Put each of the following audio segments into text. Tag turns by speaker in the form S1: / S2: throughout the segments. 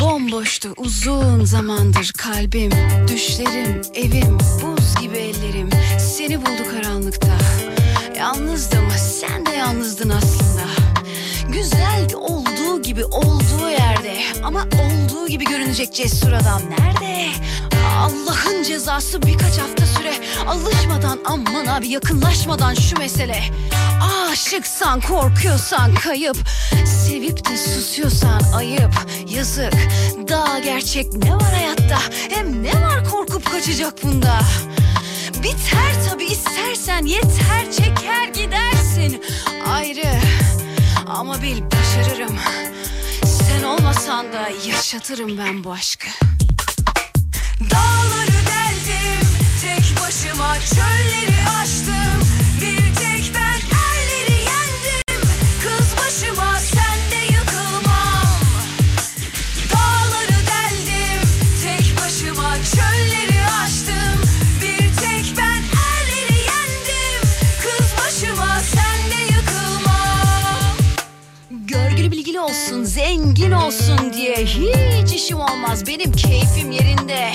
S1: Bomboştu uzun zamandır kalbim Düşlerim, evim, buz gibi ellerim Seni buldu karanlıkta Yalnızdım, sen de yalnızdın aslında Güzel olduğu gibi olduğu yerde Ama olduğu gibi görünecek cesur adam nerede? Allah'ın cezası birkaç hafta süre Alışmadan aman abi yakınlaşmadan şu mesele Aşıksan korkuyorsan kayıp Sevip de susuyorsan ayıp Yazık daha gerçek ne var hayatta Hem ne var korkup kaçacak bunda Biter tabi istersen yeter çeker gidersin Ayrı ama bil başarırım Sen olmasan da yaşatırım ben bu aşkı Dağları deldim tek başıma çölleri aştım Bir tek ben erleri yendim kız başıma sen de yıkılmam Dağları deldim tek başıma çölleri aştım Bir tek ben erleri yendim kız başıma sen de yıkılmam Görgülü bilgili olsun, zengin olsun diye hiç işim olmaz. Benim keyfim yerinde.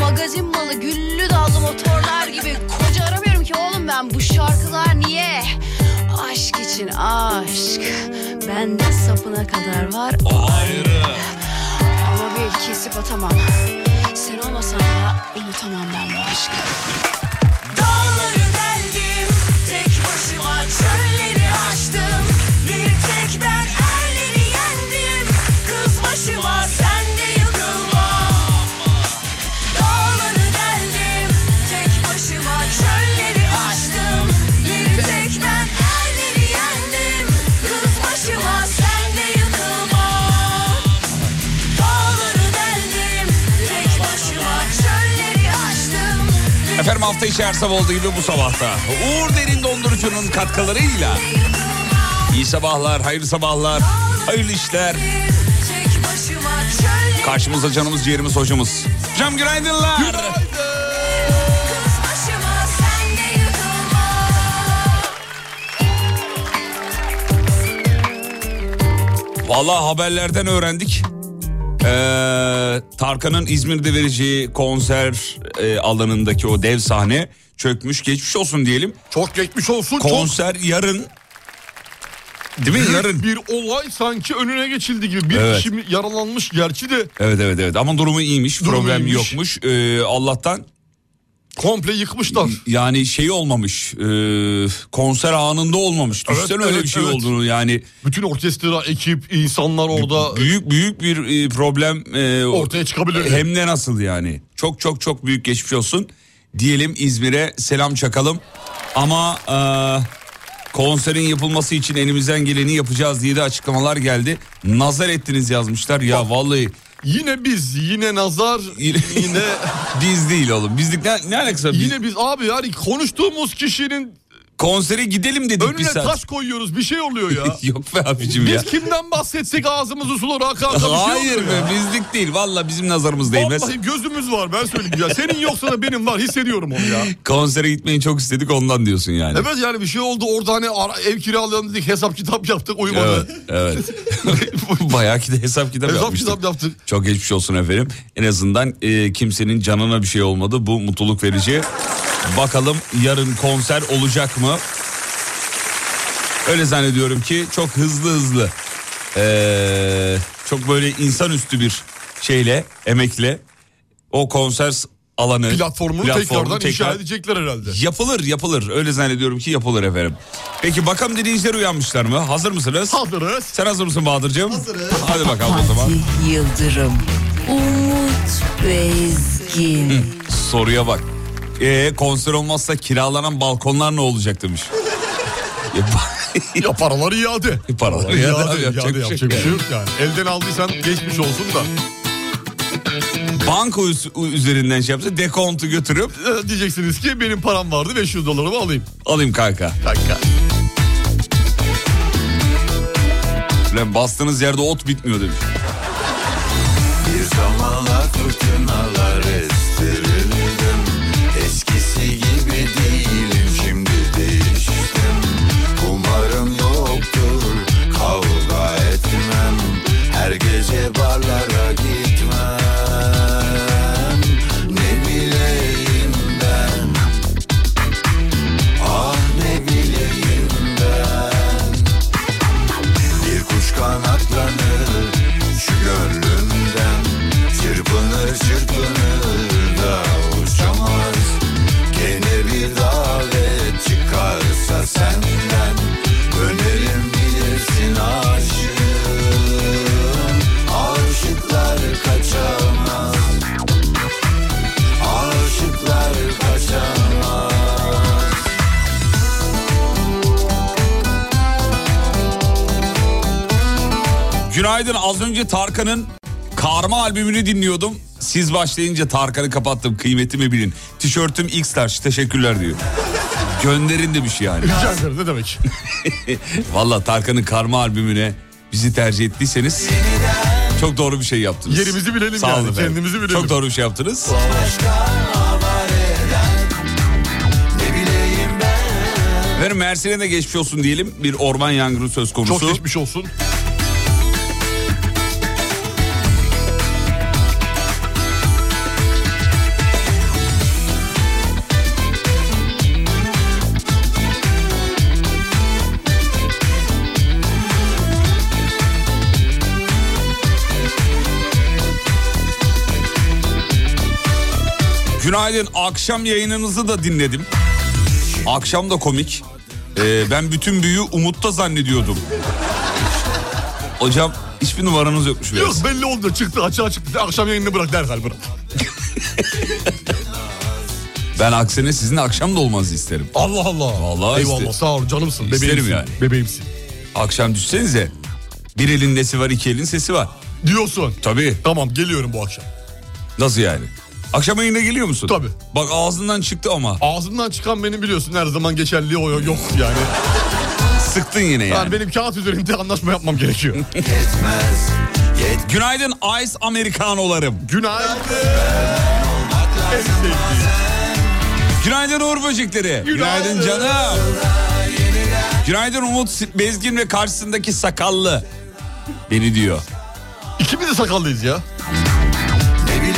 S1: Magazin malı güllü dallı motorlar gibi. Koca aramıyorum ki oğlum ben bu şarkılar niye? Aşk için aşk. Bende sapına kadar var. O ayrı. Ama bir kesip atamam. Sen olmasan da unutamam ben bu aşkı. Dağları deldim tek başıma çölleri aştım Bir tek ben erleri yendim kız başıma sen de yıkılma Dağları deldim tek başıma çölleri aştım Bir tek ben erleri yendim kız başıma sen de yıkılma Dağları deldim tek başıma çölleri aştım
S2: Efendim hafta içi her sabah olduğu gibi bu sabahta. Uğur Derin Dondurucu'nun katkılarıyla. iyi sabahlar, hayırlı sabahlar, hayırlı işler. Karşımızda canımız, ciğerimiz, hocamız. Hocam günaydınlar. Vallahi haberlerden öğrendik. Ee, Tarkan'ın İzmir'de vereceği konser e, alanındaki o dev sahne çökmüş. Geçmiş olsun diyelim.
S3: Çok geçmiş olsun. çok
S2: Konser yarın. Değil mi?
S3: büyük
S2: Yarın.
S3: bir olay sanki önüne geçildi gibi. Bir
S2: Evet.
S3: kişi mi- yaralanmış gerçi de
S2: Evet evet evet ama durumu iyiymiş
S3: Durumu
S2: problem
S3: iyiymiş.
S2: yokmuş Ee, Allah'tan
S3: komple yıkmışlar.
S2: yani şey olmamış ee, konser anında olmamış
S3: Evet,
S2: düşünsene öyle
S3: evet,
S2: bir şey
S3: evet.
S2: olduğunu yani
S3: Bütün orkestra, ekip, insanlar orada
S2: büyük büyük bir e, problem ee,
S3: ortaya çıkabilir.
S2: hem de nasıl yani çok çok çok büyük geçmiş olsun diyelim İzmir'e selam çakalım ama ee, konserin yapılması için elimizden geleni yapacağız diye de açıklamalar geldi nazar ettiniz yazmışlar ya vallahi
S3: Yine biz, yine nazar,
S2: Yine-
S3: yine
S2: biz değil oğlum bizlik ne, ne alakası var? Biz-
S3: yine biz abi yani konuştuğumuz kişinin
S2: konsere gidelim dedik bir
S3: önüne
S2: saat.
S3: taş koyuyoruz. Bir şey oluyor ya.
S2: Yok be abicim ya.
S3: Biz kimden bahsetsek ağzımızı sular akar.
S2: Hayır
S3: be.
S2: be bizlik değil. Valla bizim nazarımız değmez.
S3: şey Vallahi gözümüz var ben söyleyeyim ya. Senin yoksa da benim var hissediyorum onu ya.
S2: Konsere gitmeyi çok istedik ondan diyorsun yani.
S3: Evet yani bir şey oldu orada hani ara- ev kiralayalım dedik hesap kitap yaptık uyumadı.
S2: Evet. evet. Bayağı ki de hesap kitap
S3: hesap
S2: yapmıştık.
S3: kitap yaptık.
S2: Çok geçmiş olsun efendim. En azından e, kimsenin canına bir şey olmadı. Bu mutluluk verici. Bakalım yarın konser olacak mı? Öyle zannediyorum ki çok hızlı hızlı. e, çok böyle insanüstü bir şeyle, emekle o konser alanı
S3: Platformunu
S2: platformu
S3: tekrardan inşa
S2: tekrar-
S3: edecekler herhalde.
S2: Yapılır yapılır öyle zannediyorum ki yapılır efendim. Peki bakalım dinleyiciler uyanmışlar mı? Hazır mısınız?
S3: Hazırız.
S2: Sen hazır mısın Bahadır'cığım? Hazırım. Hadi bakalım o zaman.
S4: Fatih Yıldırım, Umut Bezgin.
S2: Soruya bak. E, Ee, konser olmazsa kiralanan balkonlar ne olacak demiş. Ya ba-
S3: ya paraları iade.
S2: Paralar iade, abi, yapacak bir şey
S3: yapacak bir şey yok yani. Elden aldıysan geçmiş olsun da.
S2: Banka üs- üzerinden şey yapsa dekontu götürüp
S3: Ee, Diyeceksiniz ki benim param vardı 500 dolarımı alayım.
S2: alayım kanka.
S3: Dakika.
S2: Lan bastığınız yerde ot bitmiyor demiş.
S5: Bir zamanlar fırtınalar estirildim Eskisi gibi değilim şimdi değiştim Umarım yoktur kavga etmem Her gece barlara gitmem Ne bileyim ben Ah ne bileyim ben bir kuş kanatlanır şu gönlümden Çırpınır çırpınır da uçamaz Gene bir davet çıkarsa senden Dönerim bilirsin aşığım Aşıklar kaçamaz Aşıklar kaçamaz
S2: Günaydın az önce Tarkan'ın Karma albümünü dinliyordum. Siz başlayınca Tarkan'ı kapattım kıymetimi bilin. Tişörtüm X taş teşekkürler diyor. Gönderin demiş yani.
S3: Rica ederim ne demek.
S2: Valla Tarkan'ın Karma albümüne bizi tercih ettiyseniz çok doğru bir şey yaptınız.
S3: Yerimizi bilelim
S2: Sağ olun
S3: yani,
S2: efendim.
S3: kendimizi bilelim.
S2: Çok doğru bir şey yaptınız.
S5: Ne bileyim ben
S2: Efendim Mersin'e de geçmiş olsun diyelim. Bir orman yangını söz konusu.
S3: Çok geçmiş olsun.
S2: Günaydın. Akşam yayınınızı da dinledim. Akşam da komik. Ee, ben bütün büyüyü Umut'ta zannediyordum. Hocam hiçbir numaranız yokmuş
S3: Yok
S2: biraz.
S3: belli oldu çıktı açığa çıktı. Akşam yayınını bırak derhal bırak.
S2: Ben aksine sizin akşam da olmanızı isterim.
S3: Allah Allah.
S2: Vallahi
S3: Eyvallah
S2: iste-
S3: sağ ol canımsın.
S2: İsterim
S3: Bebeğimsin.
S2: yani.
S3: Bebeğimsin.
S2: Akşam düşsenize bir elin nesi var iki elin sesi var.
S3: Diyorsun.
S2: Tabii
S3: Tamam geliyorum bu akşam.
S2: nasıl yani? Akşam yayına geliyor musun?
S3: Tabii.
S2: Bak ağzından çıktı ama
S3: Ağzımdan çıkan benim biliyorsun her zaman geçerliği o yok yani.
S2: sıktın yine yani.
S3: Yani benim kağıt üzerinde anlaşma yapmam gerekiyor.
S5: etmez Yet
S2: Günaydın Ice Amerikanolarım.
S3: Günaydın. En sevdiğim.
S2: Günaydın Uğur Böcekleri.
S3: Günaydın.
S2: canım. Günaydın Umut Bezgin ve karşısındaki sakallı. Beni diyor.
S3: İkimiz de sakallıyız ya.
S5: ne bileyim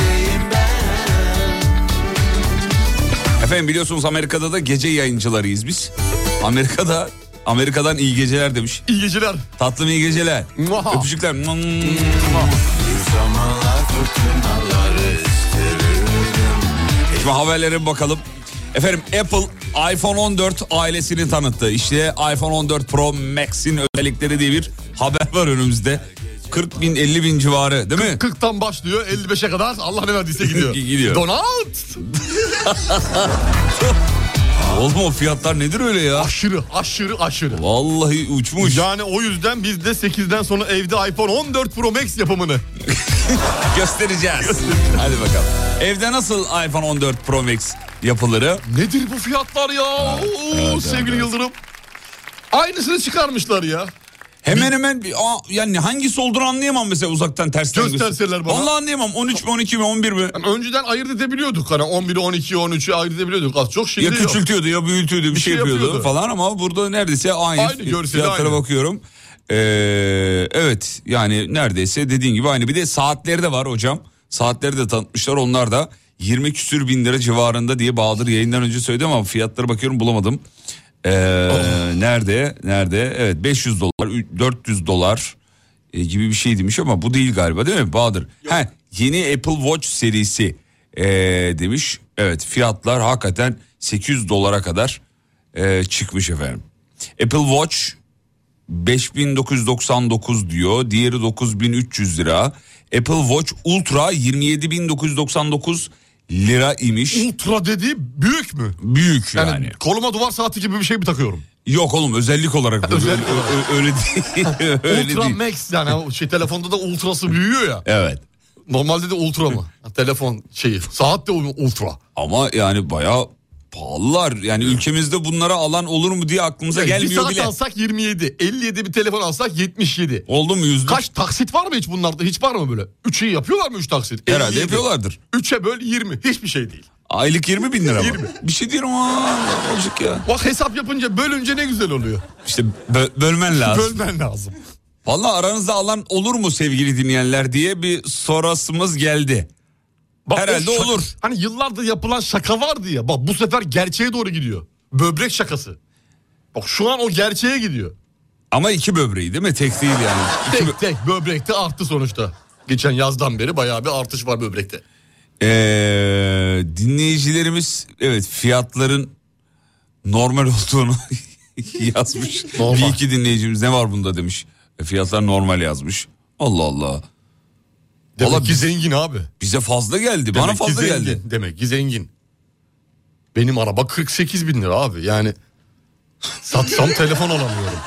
S2: Efendim biliyorsunuz Amerika'da da gece yayıncılarıyız biz. Amerika'da Amerika'dan iyi geceler demiş.
S3: İyi geceler. Ah.
S2: Tatlım iyi geceler.
S3: Muah.
S2: Öpücükler.
S1: Hmm.
S5: Zamanlar fırtınalar estirildim
S2: Şimdi haberlere bir bakalım. Efendim Apple iPhone 14 ailesini tanıttı. İşte iPhone 14 Pro Max'in özellikleri diye bir haber var önümüzde. 40 bin 50 bin civarı değil mi?
S3: 40'tan başlıyor 55'e kadar Allah ne verdiyse gidiyor.
S2: Gidiyor.
S3: Donald.
S2: Oğlum o fiyatlar nedir öyle ya?
S3: Aşırı aşırı aşırı.
S2: Vallahi uçmuş.
S3: Yani o yüzden biz de 8'den sonra evde iPhone 14 Pro Max yapımını.
S2: Göstereceğiz. Hadi bakalım. Evde nasıl iPhone 14 Pro Max yapıları?
S3: Nedir bu fiyatlar ya? Oo,
S2: evet,
S3: sevgili
S2: evet.
S3: Yıldırım. Aynısını çıkarmışlar ya.
S2: Hemen hemen bir, aa, yani hangisi olduğunu anlayamam mesela uzaktan tersten. göster-
S3: Gösterseler bana.
S2: Vallahi anlayamam. 13 mi 12 mi 11 mi?
S3: Yani önceden ayırt edebiliyorduk. Hani 11'i, 12'yi, 13'ü ayırt edebiliyorduk. Az çok şimdi
S2: Ya
S3: yok.
S2: küçültüyordu ya büyütüyordu bir, şey
S3: şey
S2: yapıyordu,
S3: yapıyordu.
S2: falan ama burada neredeyse aynı.
S3: Aynı, görseli
S2: Fiyatlara
S3: aynı.
S2: bakıyorum. Ee, evet yani neredeyse dediğin gibi aynı. Bir de saatleri de var hocam. Saatleri de tanıtmışlar onlar da 20 küsür bin lira civarında diye Bahadır yayından önce söyledi ama fiyatlara bakıyorum bulamadım. Ee,
S3: Oh.
S2: Nerede? Nerede? Evet 500 dolar, ü- 400 dolar e, gibi bir şey demiş ama bu değil galiba değil mi Bahadır? He, yeni Apple Watch serisi e, demiş. Evet fiyatlar hakikaten 800 dolara kadar e, çıkmış efendim. Apple Watch 5999 diyor. Diğeri 9300 lira. Apple Watch Ultra 27999 lira imiş.
S3: Ultra dediği büyük mü?
S2: Büyük
S3: Yani,
S2: yani.
S3: koluma duvar saati gibi bir şey mi takıyorum?
S2: Yok oğlum özellik olarak. bu.
S3: Özellik
S2: Ö- ö- öyle değil. öyle
S3: Ultra
S2: değil.
S3: Max yani o şey telefonda da ultrası büyüyor ya.
S2: Evet.
S3: Normalde de ultra mı? Telefon şeyi. Saat de ultra.
S2: Ama yani bayağı pahalılar. Yani ülkemizde bunlara alan olur mu diye aklımıza
S3: bir
S2: gelmiyor
S3: saat
S2: bile.
S3: alsak 27. 57 bir telefon alsak 77.
S2: Oldu mu yüzde?
S3: Kaç taksit var mı hiç bunlarda? Hiç var mı böyle? 3'ü yapıyorlar mı 3 taksit?
S2: Herhalde yapıyorlardır.
S3: 3'e böl 20. Hiçbir şey değil.
S2: Aylık 20 bin lira mı? Bir şey diyorum aa azıcık ya.
S3: Bak hesap yapınca bölünce ne güzel oluyor.
S2: İşte bö- bölmen lazım.
S3: Bölmen lazım.
S2: Valla aranızda alan olur mu sevgili dinleyenler diye bir sorasımız geldi.
S3: Bak
S2: Herhalde
S3: o şaka-
S2: olur.
S3: Hani yıllardır yapılan şaka vardı ya. Bak bu sefer gerçeğe doğru gidiyor. Böbrek şakası. Bak şu an o gerçeğe gidiyor.
S2: Ama iki böbreği değil mi? Tek değil yani. İki bö-
S3: Tek tek böbrekte arttı sonuçta. Geçen yazdan beri bayağı bir artış var böbrekte.
S2: Ee, dinleyicilerimiz evet fiyatların normal olduğunu yazmış.
S3: Normal.
S2: Bir iki dinleyicimiz ne var bunda demiş. E, fiyatlar normal yazmış. Allah Allah.
S3: Demek
S2: Valla
S3: ki
S2: biz-
S3: zengin abi.
S2: Bize fazla geldi. Bana
S3: Demek ki
S2: fazla
S3: zengin.
S2: geldi.
S3: Demek ki zengin. Benim araba 48 bin lira abi yani. Satsam telefon alamıyorum.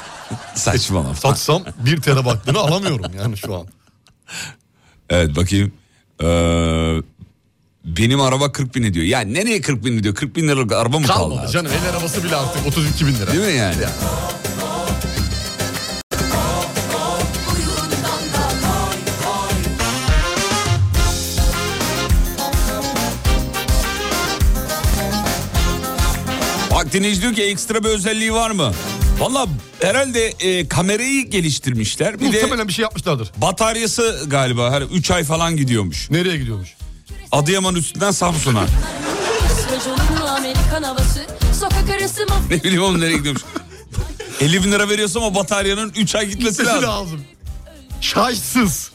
S2: Saçmalama.
S3: Satsam bir terabaytını alamıyorum yani şu an.
S2: Evet bakayım. Ee, benim araba 40 bin ediyor. Ya nereye 40 bin ediyor? 40 bin liralık araba mı kaldı?
S3: Kalmadı
S2: artık?
S3: canım el arabası bile artık 32 bin lira.
S2: Değil mi yani? Bak dinleyici diyor ki ekstra bir özelliği var mı? Valla herhalde e, kamerayı geliştirmişler. Bir de
S3: Muhtemelen bir şey yapmışlardır.
S2: bataryası galiba her 3 ay falan gidiyormuş.
S3: Nereye gidiyormuş?
S2: Adıyaman üstünden Samsun'a.
S6: Sözcüğünün Amerikan havası Sokak arası mafya
S2: ne bileyim oğlum nereye gidiyormuş. 50 bin lira veriyorsun ama bataryanın 3 ay gitmesi
S3: Sesi
S2: lazım.
S3: lazım. Şarjsız.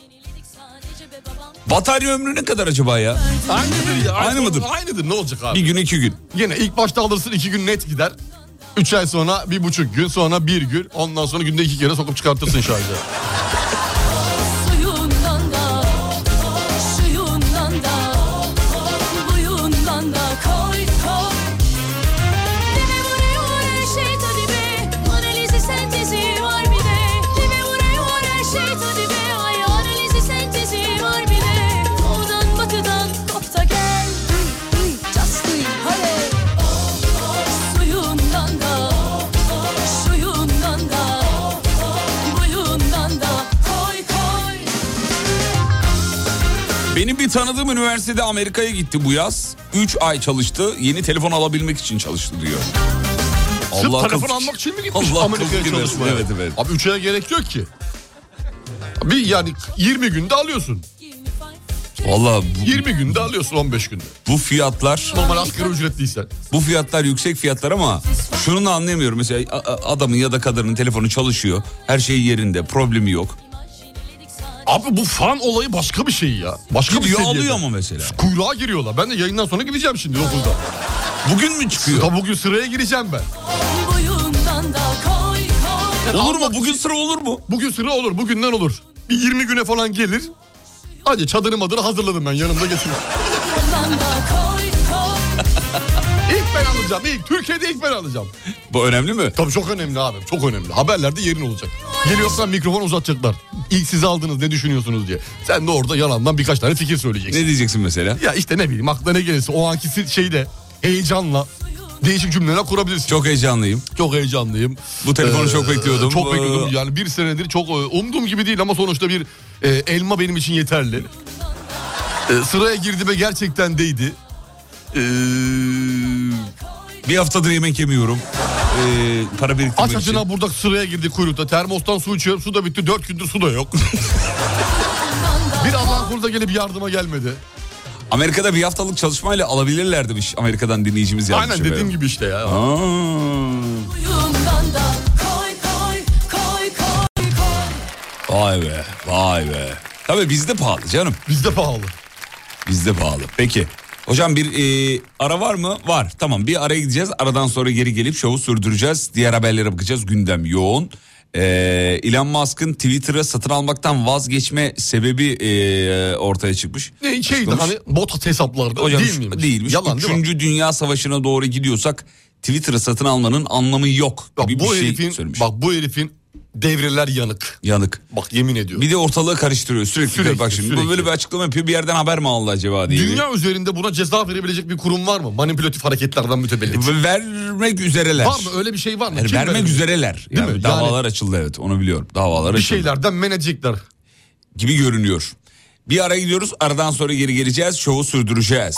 S6: sadece be babam
S2: Batarya ömrü ne kadar acaba ya?
S3: Aynıdır ya.
S2: Aynı mıdır?
S3: Aynıdır ne olacak abi?
S2: Bir gün iki gün.
S3: Yine ilk başta alırsın iki gün net gider. Üç ay sonra bir buçuk gün sonra bir gün. Ondan sonra günde iki kere sokup çıkartırsın şarjı.
S6: Suyundan da Şuyundan da Buyundan da Koy koy Deme vuruyor her şey tadı be Analizi sentezi var bir de Deme vuruyor her şey tadı be Ay analizi sentezi var bir de Oradan batıdan kopta gel Justin Haley Suyundan da Şuyundan da Buyundan da Koy koy
S2: Benim bir tanıdığım üniversitede Amerika'ya gitti bu yaz. 3 ay çalıştı. Yeni telefon alabilmek için çalıştı diyor.
S3: Sırf
S2: Allah
S3: telefon
S2: akıl-
S3: almak için mi gitmiş
S2: Allah
S3: Amerika'ya
S2: akıl versin.
S3: çalışmaya?
S2: Evet evet.
S3: Abi üç aya gerek yok ki. Bir yani 20 günde alıyorsun.
S6: Give me five
S2: Valla bu,
S3: 20 günde alıyorsun 15 günde.
S2: bu fiyatlar
S3: Normal asgari ücretliysen.
S2: bu fiyatlar yüksek fiyatlar ama şunu da anlayamıyorum. Mesela a- a- adamın ya da kadının telefonu çalışıyor. Her şey yerinde. Problemi yok.
S3: Abi bu fan olayı başka bir şey ya. Başka bir
S2: Gidiyor
S3: seviyede.
S2: alıyor mu mesela?
S3: Kuyruğa giriyorlar. Ben de yayından sonra gideceğim şimdi okulda.
S2: Bugün mü çıkıyor?
S3: Ya bugün sıraya gireceğim ben.
S6: Boyundan da koy koy
S2: Olur mu? Bugün sıra olur mu?
S3: Bugün sıra olur, bugünden olur. Bir 20 güne falan gelir. Hadi çadırı madırı hazırladım ben yanımda getiriyorum.
S6: Boyundan da koy koy
S3: ilk ben alacağım, ilk. Türkiye'de ilk ben alacağım.
S2: Bu önemli mi?
S3: Tabii çok önemli abi, çok önemli. Haberlerde yerin olacak. Geliyorsan mikrofon uzatacaklar. İlk siz aldınız ne düşünüyorsunuz diye. Sen de orada yalandan birkaç tane fikir söyleyeceksin.
S2: Ne diyeceksin mesela?
S3: Ya işte ne bileyim aklına ne gelirse o anki si- şeyde heyecanla değişik cümleler kurabilirsin.
S2: Çok heyecanlıyım.
S3: Çok heyecanlıyım. Ee,
S2: Bu telefonu çok bekliyordum.
S3: Çok bekliyordum.
S2: Ee,
S3: Yani bir senedir çok e, umduğum gibi değil ama sonuçta bir e, elma benim için yeterli. E, sıraya girdi ve gerçekten değdi. E,
S2: Bir haftadır yemek yemiyorum. Ee, para biriktirmek
S3: aç
S2: için.
S3: açına burada sıraya girdi kuyrukta. Termostan su içiyorum. Su da bitti. Dört gündür su da yok. bir Allah'ın kulu da gelip yardıma gelmedi.
S2: Amerika'da bir haftalık çalışmayla alabilirler demiş Amerika'dan dinleyicimiz yazmış.
S3: Aynen dediğim gibi işte ya.
S2: Aa,
S6: Boyundan da koy koy koy koy koy
S2: vay be vay be. Tabii bizde pahalı canım
S3: Bizde pahalı.
S2: bizde pahalı. Peki hocam bir e, ara var mı? Var tamam bir araya gideceğiz aradan sonra geri gelip şovu sürdüreceğiz. Diğer haberlere bakacağız gündem yoğun. Ee, Elon Musk'ın Twitter'ı satın almaktan vazgeçme sebebi e, ortaya çıkmış.
S3: Ne şey, hani şeydi
S2: Açıklamış.
S3: hani bot hesaplarda
S2: Hocam
S3: değil
S2: şu-
S3: miymiş?
S2: değilmiş.
S3: Yalan değil mi?
S2: Üçüncü Dünya Savaşı'na doğru gidiyorsak Twitter'ı satın almanın anlamı yok
S3: Bak,
S2: gibi
S3: bu
S2: bir şey
S3: herifin,
S2: söylemiş.
S3: bak bu herifin devreler yanık.
S2: Yanık.
S3: Bak yemin ediyorum.
S2: Bir de ortalığı karıştırıyor sürekli.
S3: Sürekli,
S2: bak şimdi
S3: sürekli.
S2: böyle bir açıklama yapıyor bir yerden haber mi aldı acaba diye.
S3: Dünya üzerinde buna ceza verebilecek bir kurum var mı? Manipülatif hareketlerden mütevellit.
S2: Ve Vermek üzereler.
S3: Var mı? Öyle bir şey var mı?
S2: Yani
S3: Kim
S2: vermek
S3: verebilir?
S2: üzereler.
S3: Değil
S2: Yani
S3: mi?
S2: Davalar açıldı evet onu biliyorum. Davalar
S3: Bir şey-
S2: açıldı
S3: şeylerden men edecekler.
S2: gibi görünüyor. Bir ara gidiyoruz aradan sonra geri geleceğiz şovu sürdüreceğiz.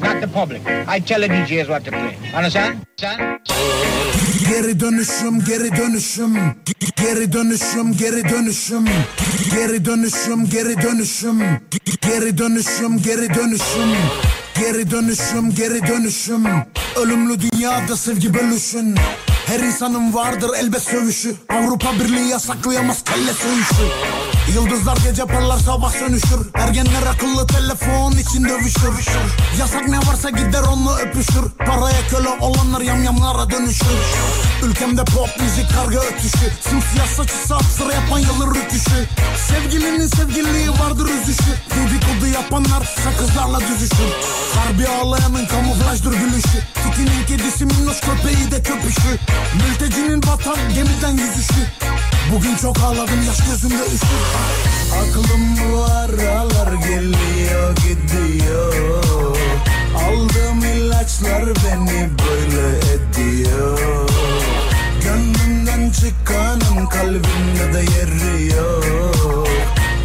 S7: not the public. I tell the DJs what to play. Understand? Understand?
S8: Geri dönüşüm geri dönüşüm Geri dönüşüm geri dönüşüm Geri dönüşüm geri dönüşüm Geri dönüşüm geri dönüşüm Geri dönüşüm geri dönüşüm Ölümlü dünyada sevgi bölüşün Her insanın vardır elbet sövüşü Avrupa Birliği yasaklayamaz kelle sövüşü Yıldızlar gece parlar sabah sönüşür Ergenler akıllı telefon için dövüşür Yasak ne varsa gider onunla öpüşür Paraya köle olanlar yamyamlara dönüşür Ülkemde pop müzik karga ötüşü Simsiyah saçı sap sıra yapan yılır rüküşü Sevgilinin sevgililiği vardır üzüşü Dedikodu yapanlar sakızlarla düzüşür Harbi ağlayanın kamuflajdır gülüşü Tikinin kedisi minnoş köpeği de köpüşü Mültecinin vatan gemiden yüzüşü Bugün çok ağladım yaş gözümde üşür Aklım bu aralar geliyor gidiyor Aldığım ilaçlar beni böyle ediyor Gönlümden çıkanın kalbimde de yeri yok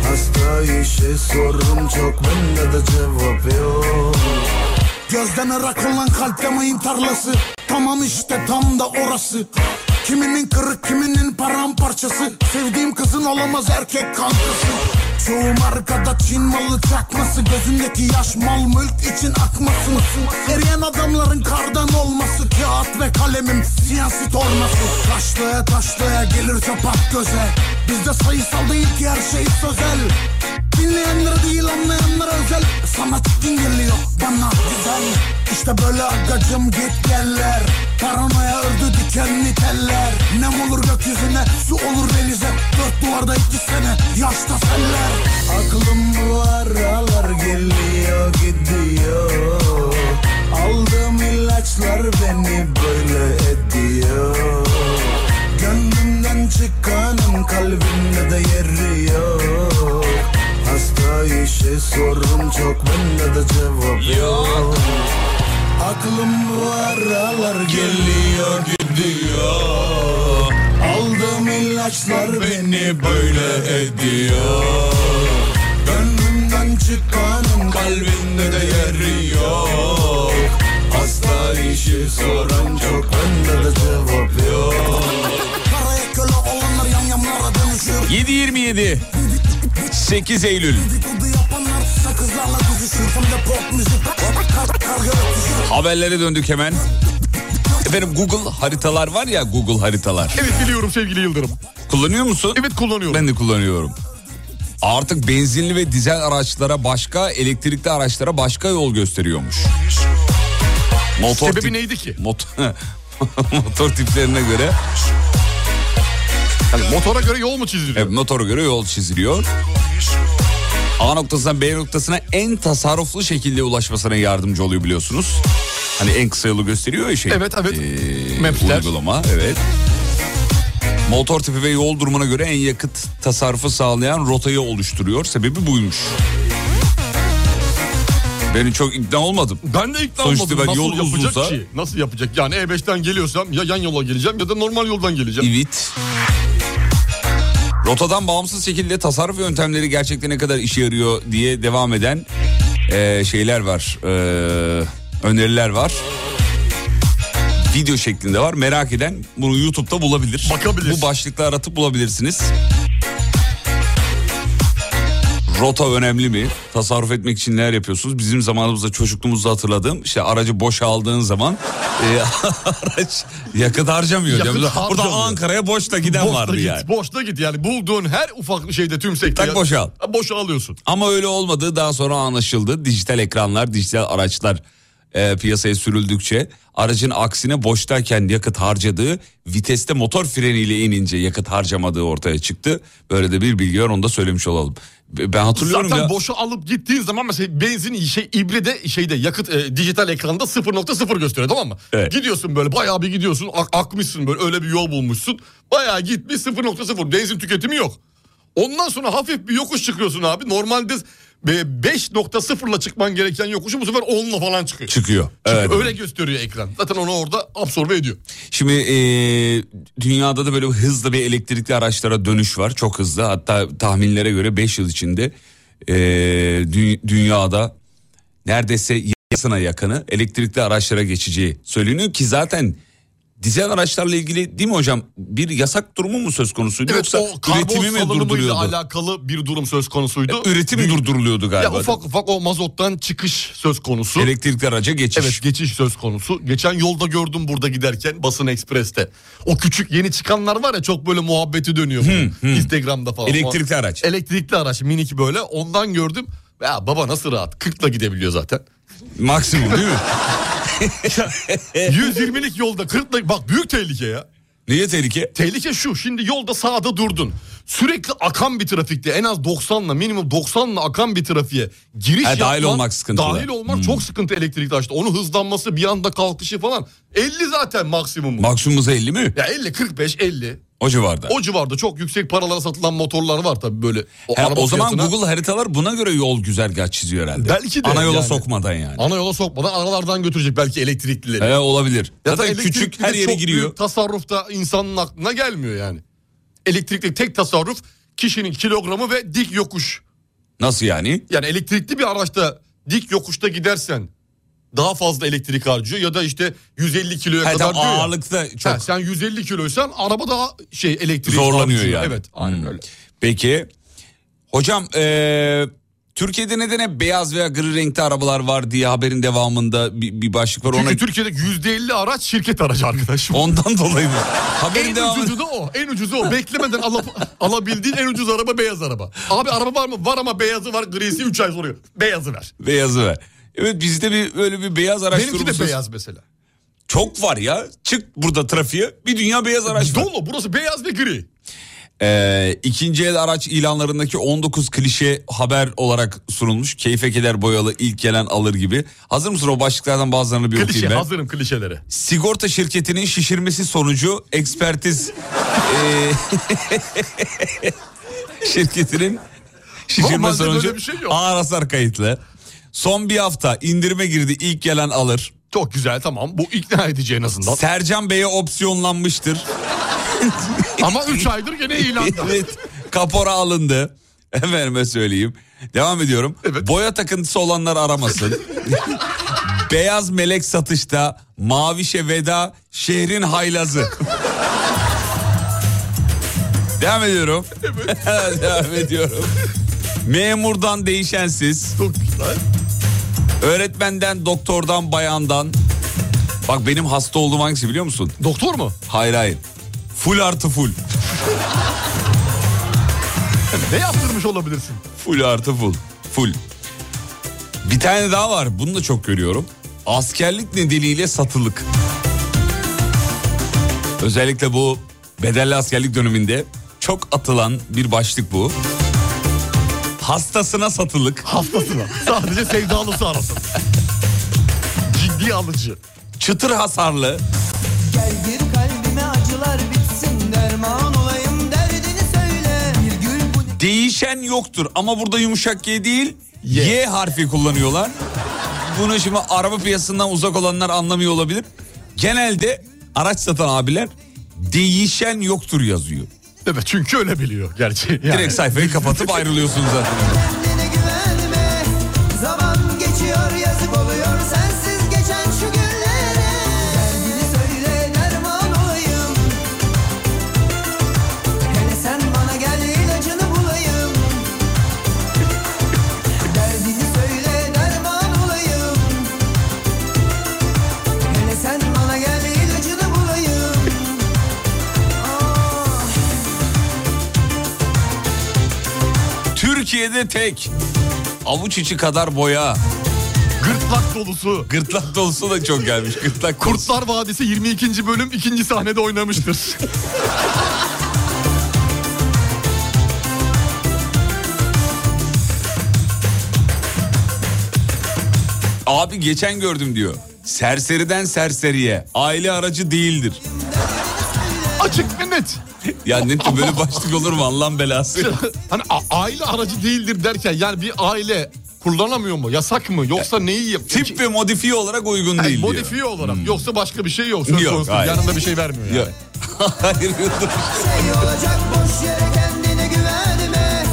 S8: Hasta işi sorun çok bende de cevap yok Gözden ırak olan kalpte mayın tarlası Tamam işte tam da orası Kiminin kırık kiminin paramparçası Sevdiğim kızın olamaz erkek kankası Çoğu markada Çin malı çakması Gözündeki yaş mal mülk için akmasın Eriyen adamların kardan olması Kağıt ve kalemim siyasi tornası Taşlaya taşlaya gelir çapak göze Bizde sayısal değil ki her şey sözel Dinleyenlere değil anlayanlara özel Sanat din geliyor bana güzel İşte böyle agacım git geller Paranoya ördü dikenli teller Nem olur gökyüzüne su olur denize Dört duvarda iki sene yaşta seller Aklım bu aralar geliyor gidiyor Aldığım ilaçlar beni böyle ediyor Gönlümden çıkanın kalbimde de yeri yok Hasta işi sorun çok bende de cevap yok Aklım bu aralar geliyor gidiyor Aldığım ilaçlar beni böyle ediyor Gönlümden çıkanın kalbinde de yeri yok Hasta işi soran çok bende de cevap yok Paraya köle olanlar yamyamlara dönüşür
S2: 7.27 8 Eylül
S8: Dedikodu yapanlar sakızlarla düzüşür Hem de pop müzik kar- kar- karga ötüşür
S2: haberlere döndük hemen. Efendim Google haritalar var ya Google haritalar.
S3: Evet biliyorum sevgili Yıldırım.
S2: Kullanıyor musun?
S3: Evet kullanıyorum.
S2: Ben de kullanıyorum. Artık benzinli ve dizel araçlara başka, elektrikli araçlara başka yol gösteriyormuş. Motor
S3: Sebebi neydi ki?
S2: Mot- motor tiplerine göre,
S3: Hani motora göre yol mu çiziliyor?
S2: evet, motora göre yol çiziliyor. A noktasından B noktasına en tasarruflu şekilde ulaşmasına yardımcı oluyor biliyorsunuz. Hani en kısa yolu gösteriyor ya şey.
S3: Evet evet.
S2: Ee,
S3: Maps'ler.
S2: Uygulama evet. Motor tipi ve yol durumuna göre en yakıt tasarrufu sağlayan rotayı oluşturuyor. Sebebi buymuş. Beni çok ikna olmadım.
S3: Ben de ikna
S2: Sonuçta
S3: olmadım.
S2: ben
S3: Nasıl
S2: yol
S3: yapacak
S2: uzunsa-
S3: ki? Nasıl yapacak? Yani E5'ten geliyorsam ya yan yola geleceğim ya da normal yoldan geleceğim.
S2: Evet. Rotadan bağımsız şekilde tasarruf yöntemleri gerçekten ne kadar işe yarıyor diye devam eden eee, şeyler var. Eee, öneriler var. Video şeklinde var. Merak eden bunu YouTube'da bulabilir.
S3: Bakabilir.
S2: Bu başlıkla aratıp bulabilirsiniz. Rota önemli mi? Tasarruf etmek için neler yapıyorsunuz? Bizim zamanımızda çocukluğumuzda hatırladığım işte aracı boşa aldığın zaman e, araç yakıt harcamıyor.
S3: Yakıt
S2: Burada
S3: harcamıyor.
S2: Ankara'ya boşta giden
S3: boşta
S2: vardı
S3: git,
S2: yani.
S3: Boşta git yani bulduğun her ufak şeyde tümsekte.
S2: Tak
S3: ya-
S2: boşa al.
S3: Boşa alıyorsun.
S2: Ama öyle olmadığı daha sonra anlaşıldı. Dijital ekranlar, dijital araçlar e, piyasaya sürüldükçe aracın aksine boştayken yakıt harcadığı, viteste motor freniyle inince yakıt harcamadığı ortaya çıktı. Böyle de bir bilgi var onu da söylemiş olalım. Be- Ben hatırlıyorum
S3: Zaten
S2: ya.
S3: boşa alıp gittiğin zaman mesela benzin şey ibrede şeyde yakıt e, dijital ekranda 0.0 gösteriyor tamam mı?
S2: Evet.
S3: Gidiyorsun böyle bayağı bir gidiyorsun ak- akmışsın böyle öyle bir yol bulmuşsun. Bayağı gitmiş 0.0 benzin tüketimi yok. Ondan sonra hafif bir yokuş çıkıyorsun abi. Normalde e, 5.0'la çıkman gereken yokuşu bu sefer 10'la falan çıkıyor.
S2: çıkıyor.
S3: Çünkü
S2: Evet.
S3: öyle gösteriyor ekran. Zaten onu orada absorbe ediyor.
S2: Şimdi e, dünyada da böyle hızlı bir elektrikli araçlara dönüş var. Çok hızlı. Hatta tahminlere göre 5 yıl içinde e, dü- dünyada neredeyse yarısına yakını elektrikli araçlara geçeceği söyleniyor ki zaten dizel araçlarla ilgili değil mi hocam bir yasak durumu mu söz konusuydu
S3: Evet
S2: yoksa
S3: o karbon
S2: üretimi mi
S3: salınımıyla
S2: durduruyordu?
S3: alakalı bir durum söz konusuydu.
S2: Üretim
S3: Büyük-
S2: durduruluyordu galiba.
S3: Ya ufak ufak o mazottan çıkış söz konusu.
S2: Elektrikli araca geçiş.
S3: Evet geçiş söz konusu. Geçen yolda gördüm burada giderken Basın Ekspres'te. O küçük yeni çıkanlar var ya çok böyle muhabbeti dönüyor. bunun. Instagram'da falan.
S2: Elektrikli araç.
S3: Elektrikli araç minik böyle ondan gördüm. Ya baba nasıl rahat 40'la gidebiliyor zaten.
S2: Maksimum değil mi?
S3: 120'lik yolda 40'la bak büyük tehlike ya.
S2: Niye tehlike?
S3: Tehlike şu şimdi yolda sağda durdun. Sürekli akan bir trafikte en az 90'la minimum 90'la akan bir trafiğe giriş
S2: Ha, dahil
S3: yapman,
S2: olmak sıkıntılı. Hmm.
S3: Dahil olmak çok sıkıntı elektrikli açtı. Onun hızlanması bir anda kalkışı falan 50 zaten maksimum.
S2: Maksimumuz 50 mi?
S3: ya 50 45 50
S2: O civarda.
S3: o civarda çok yüksek paralara satılan motorlar var tabii böyle. O,
S2: Ha,
S3: araba
S2: o zaman
S3: fiyatına
S2: Google haritalar buna göre yol güzergahı çiziyor herhalde.
S3: Belki de
S2: Ana yola
S3: yani.
S2: sokmadan yani.
S3: ana yola sokmadan aralardan götürecek belki elektriklileri.
S2: He, olabilir.
S3: Ya da
S2: Zaten
S3: elektrikli
S2: küçük
S3: de
S2: her yere
S3: çok
S2: giriyor.
S3: Büyük tasarrufta insanın aklına gelmiyor yani. Elektrikli tek tasarruf kişinin kilogramı ve dik yokuş.
S2: Nasıl yani?
S3: Yani elektrikli bir araçta dik yokuşta gidersen daha fazla elektrik harcıyor ya da işte 150 kiloya
S2: Ha,
S3: kadar
S2: tam
S3: diyor ya.
S2: ağırlıkta çok
S3: Ha, sen 150 kiloysan araba daha şey elektrik
S2: zorlanıyor
S3: harcıyor.
S2: yani.
S3: Evet aynen
S2: Hmm.
S3: öyle.
S2: Peki. Hocam eee, Türkiye'de neden hep beyaz veya gri renkte arabalar var diye haberin devamında bir, bir başlık var.
S3: Çünkü
S2: Ona,
S3: Türkiye'de %50 araç şirket aracı arkadaşım.
S2: ondan dolayı mı? haberin
S3: En
S2: devamında.
S3: ucuzu da o. En ucuzu o. Beklemeden ala, alabildiğin en ucuz araba beyaz araba. Abi araba var mı? Var ama beyazı var. Grisi 3 ay soruyor. Beyazı ver.
S2: Beyazı ver. Evet bizde bir böyle bir beyaz araç
S3: Benimki de
S2: durumu-
S3: beyaz mesela.
S2: Çok var ya. Çık burada trafiğe bir dünya beyaz araç var.
S3: Dolu burası beyaz ve gri.
S2: Ee, ikinci el araç ilanlarındaki 19 klişe haber olarak sunulmuş. Keyfe keder boyalı ilk gelen alır gibi. Hazır mısın o başlıklardan bazılarını bir
S3: Klişe
S2: okuyayım ben.
S3: hazırım klişelere.
S2: Sigorta şirketinin şişirmesi sonucu ekspertiz ee, şirketinin şişirme
S3: Normalde
S2: sonucu
S3: böyle bir şey yok.
S2: ağır hasar kayıtlı. Son bir hafta indirime girdi ilk gelen alır.
S3: Çok güzel tamam bu ikna edici en azından.
S2: Sercan Bey'e opsiyonlanmıştır.
S3: Ama 3 aydır gene ilanda.
S2: evet. Kapora alındı. Efendime söyleyeyim. Devam ediyorum.
S3: Evet.
S2: Boya takıntısı olanlar aramasın. Beyaz melek satışta mavişe veda şehrin haylazı. Devam ediyorum. Devam ediyorum. Memurdan değişensiz.
S3: Çok güzel.
S2: Öğretmenden, doktordan, bayandan. Bak benim hasta olduğum hangisi biliyor musun?
S3: Doktor mu?
S2: Hayır hayır. Full artı full.
S3: Ne yaptırmış olabilirsin?
S2: Full artı full. Full. Bir tane daha var. Bunu da çok görüyorum. Askerlik nedeniyle satılık. Özellikle bu bedelli askerlik döneminde çok atılan bir başlık bu. Hastasına satılık,
S3: Haftasına. Sadece sevdalısı arasın. Ciddi alıcı.
S2: çıtır hasarlı,
S9: Gel gir kalbime acılar bitsin derman olayım derdini söyle bir gül bu
S2: değişen yoktur. Ama burada yumuşak G değil,
S3: Y.
S2: Y harfi kullanıyorlar. Bunu şimdi araba piyasasından uzak olanlar anlamıyor olabilir. Genelde araç satan abiler değişen yoktur yazıyor.
S3: Evet çünkü öyle biliyor gerçi. Yani.
S2: Direkt sayfayı kapatıp ayrılıyorsun zaten.
S9: kendine güvenme zaman geçiyor yazık oluyor sensiz geçen şu günlere derdini söyle derman olayım hele sen bana gel ilacını bulayım
S2: Türkiye'de tek. Avuç içi kadar boya.
S3: Gırtlak dolusu.
S2: Gırtlak dolusu da çok gelmiş. Gırtlak dolusu.
S3: Kurtlar Vadisi 22. bölüm 2. sahnede oynamıştır.
S2: Abi geçen gördüm diyor. Serseriden serseriye. Aile aracı değildir.
S3: Açık ve net.
S2: Ya ne tür böyle başlık olur mu Allah'ın belası.
S3: hani a- aile aracı değildir derken yani bir aile kullanamıyor mu? Yasak mı? Yoksa neyi yap?
S2: E, Tip ve modifiye olarak uygun
S3: Yani
S2: değil diyor. Hmm.
S3: modifiye olarak. Yoksa başka bir şey yok. Söz
S2: Yok,
S3: konusu.
S2: hayır.
S3: Yanında bir şey vermiyor yani.
S2: Ya- Hayır.
S9: şey olacak boş yere kendine güvenme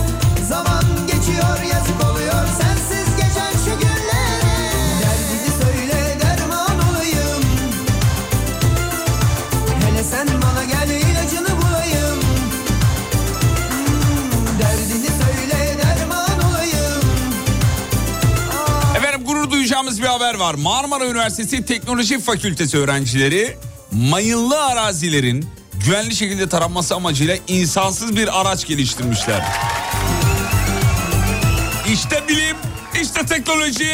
S9: Zaman geçiyor yazık oluyor sensiz geçen şu günlere Derdini söyle derman olayım Hele sen bana gel ilacını bulayım Hmm, Derdini söyle derman olayım
S2: Efendim gurur duyacağımız bir haber var. Marmara Üniversitesi Teknoloji Fakültesi öğrencileri mayınlı arazilerin güvenli şekilde taranması amacıyla insansız bir araç geliştirmişler. İşte bilim, işte teknoloji,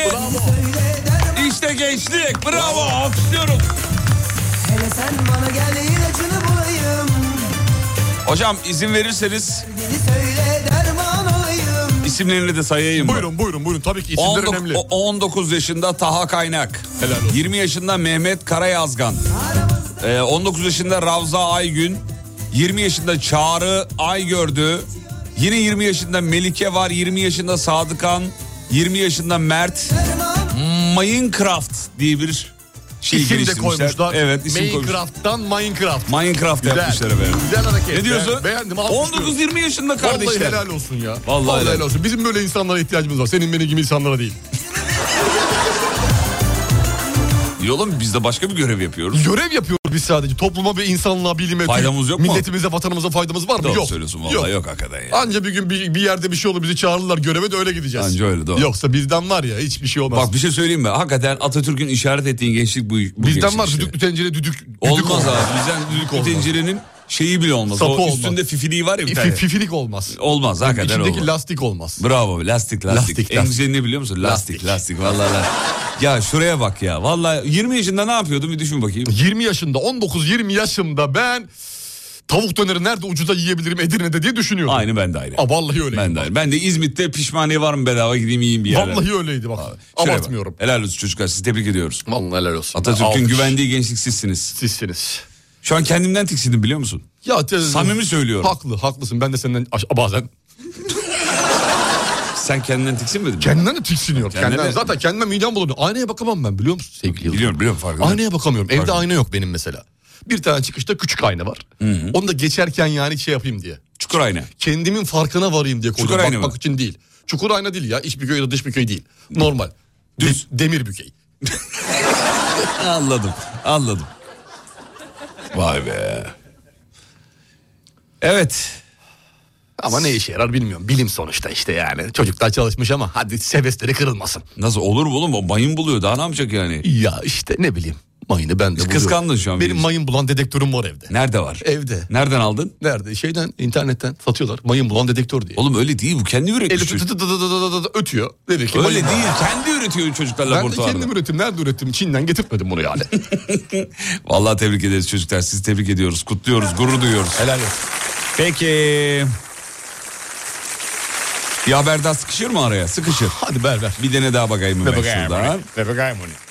S2: işte gençlik. Bravo, alkışlıyorum.
S9: Hele sen bana gel ilacını bulayım
S2: Hocam izin verirseniz
S9: Derdini söyle derman olayım
S2: isimlerini de sayayım. mı?
S3: Buyurun buyurun buyurun. Tabii ki isimler
S2: 19,
S3: önemli.
S2: o- 19 yaşında Taha Kaynak.
S3: Helal olsun.
S2: 20 yaşında Mehmet Karayazgan. Ee, 19 yaşında Ravza Aygün. 20 yaşında Çağrı Aygördü. Yine 20 yaşında Melike var. 20 yaşında Sadıkan. 20 yaşında Mert. Minecraft diye bir şey
S3: İsim de
S2: geliştirmişler.
S3: koymuşlar.
S2: Evet isim koymuşlar.
S3: Minecraft'tan Minecraft.
S2: Minecraft
S3: Güzel.
S2: yapmışlar efendim.
S3: Güzel hareket.
S2: Ne diyorsun?
S3: Ben beğendim. alkışlıyorum.
S2: 19-20 yaşında
S3: Vallahi
S2: kardeşler.
S3: helal olsun ya. Vallahi,
S2: helal.
S3: helal. olsun. Bizim böyle insanlara ihtiyacımız var. Senin benim gibi insanlara değil.
S2: İyi oğlum biz de başka bir görev yapıyoruz.
S3: Görev yapıyoruz biz sadece. Topluma ve insanlığa, bilime,
S2: Faydamız yok mu?
S3: milletimize, vatanımıza faydamız var mı?
S2: Doğru
S3: yok.
S2: söylüyorsun vallahi yok,
S3: Yok.
S2: hakikaten ya.
S3: Anca bir gün bir, bir yerde bir şey olur bizi çağırırlar göreve de öyle gideceğiz.
S2: Anca öyle, doğru.
S3: Yoksa bizden var ya hiçbir şey olmaz.
S2: Bak bir şey söyleyeyim mi? Hakikaten Atatürk'ün işaret ettiği gençlik bu, bu gençlik
S3: bizden var
S2: işte.
S3: düdüklü tencere düdük. düdük
S2: Olmaz abi. Bizden
S3: Düdük
S2: bu
S3: olmaz.
S2: tencerenin şeyi bile olmaz.
S3: Sapı
S2: o
S3: olmaz. E,
S2: üstünde fifiliği var ya bir tane.
S3: Fi- Fifilik olmaz.
S2: olmaz hakikaten
S3: İçindeki
S2: olmaz.
S3: lastik olmaz.
S2: Bravo lastik lastik.
S3: Lastik,
S2: en
S3: lastik.
S2: güzeli ne biliyor musun? Lastik lastik, vallahi lastik. Ya şuraya bak ya. Vallahi 20 yaşında ne yapıyordum bir düşün bakayım.
S3: 20 yaşında 19-20 yaşımda ben tavuk döneri nerede ucuza yiyebilirim Edirne'de diye düşünüyorum.
S2: Aynı ben de aynı.
S3: Aa, vallahi öyle.
S2: Ben de aynı. Ben de İzmit'te pişmaniye var mı bedava gideyim yiyeyim bir yerden.
S3: Vallahi öyleydi bak.
S2: Şuraya bak.
S3: Abartmıyorum.
S2: Helal olsun çocuklar sizi tebrik ediyoruz.
S3: Vallahi helal olsun.
S2: Atatürk'ün
S3: Alkış.
S2: güvendiği gençlik sizsiniz.
S3: sizsiniz.
S2: Şu an kendimden tiksindim biliyor musun?
S3: Ya te-
S2: Samimi söylüyorum.
S3: Haklı, haklısın. Ben de senden aş- bazen
S2: Sen kendinden tiksinmedin mi?
S3: kendimden de tiksiniyorum.
S2: Kendine-
S3: Kendimden, zaten kendime midem bulanıyor. Aynaya bakamam ben biliyor musun sevgili Yıldırım?
S2: Biliyorum biliyorum farkındayım.
S3: Aynaya bakamıyorum. Evde ayna yok benim mesela. Bir tane çıkışta küçük ayna var. Onu da geçerken yani şey yapayım diye.
S2: Çukur ayna.
S3: Kendimin farkına varayım diye koydum.
S2: Çukur ayna
S3: Bakmak
S2: mı?
S3: için değil. Çukur ayna değil ya. İç bükey ya da dış bükey değil. Normal.
S2: Düz.
S3: De- demir bükey.
S2: Anladım, anladım. Vay be. Evet.
S3: Ama ne işe yarar bilmiyorum. Bilim sonuçta işte yani. Çocuklar çalışmış ama hadi sebesleri kırılmasın.
S2: Nasıl olur mu oğlum? O mayın buluyor. Daha ne yapacak yani?
S3: Ya işte ne bileyim. Mayını ben de buluyorum.
S2: kıskandın şu an
S3: Benim
S2: bizi.
S3: mayın bulan dedektörüm var evde.
S2: Nerede var?
S3: Evde.
S2: Nereden aldın?
S3: Nerede? Şeyden internetten satıyorlar. Mayın bulan dedektör diye.
S2: Oğlum öyle değil. Bu kendi
S3: Eli
S2: üretmiş.
S3: tı tı
S2: çocuk.
S3: tı tı tı tı tı tı ötüyor. Dedi ki
S2: Öyle
S3: mayın-
S2: değil. Kendi üretiyor çocuklar
S3: Ben de
S2: laboratuvarda.
S3: kendim ürettim. Nerede ürettim? Çin'den getirtmedim bunu yani.
S2: Vallahi tebrik ederiz çocuklar. Sizi tebrik ediyoruz. Kutluyoruz. Gurur duyuyoruz.
S3: Helal olsun.
S2: Peki. Bir haber daha sıkışır mı araya? Sıkışır.
S3: Hadi ver ver.
S2: Bir tane daha bakayım ben şuradan.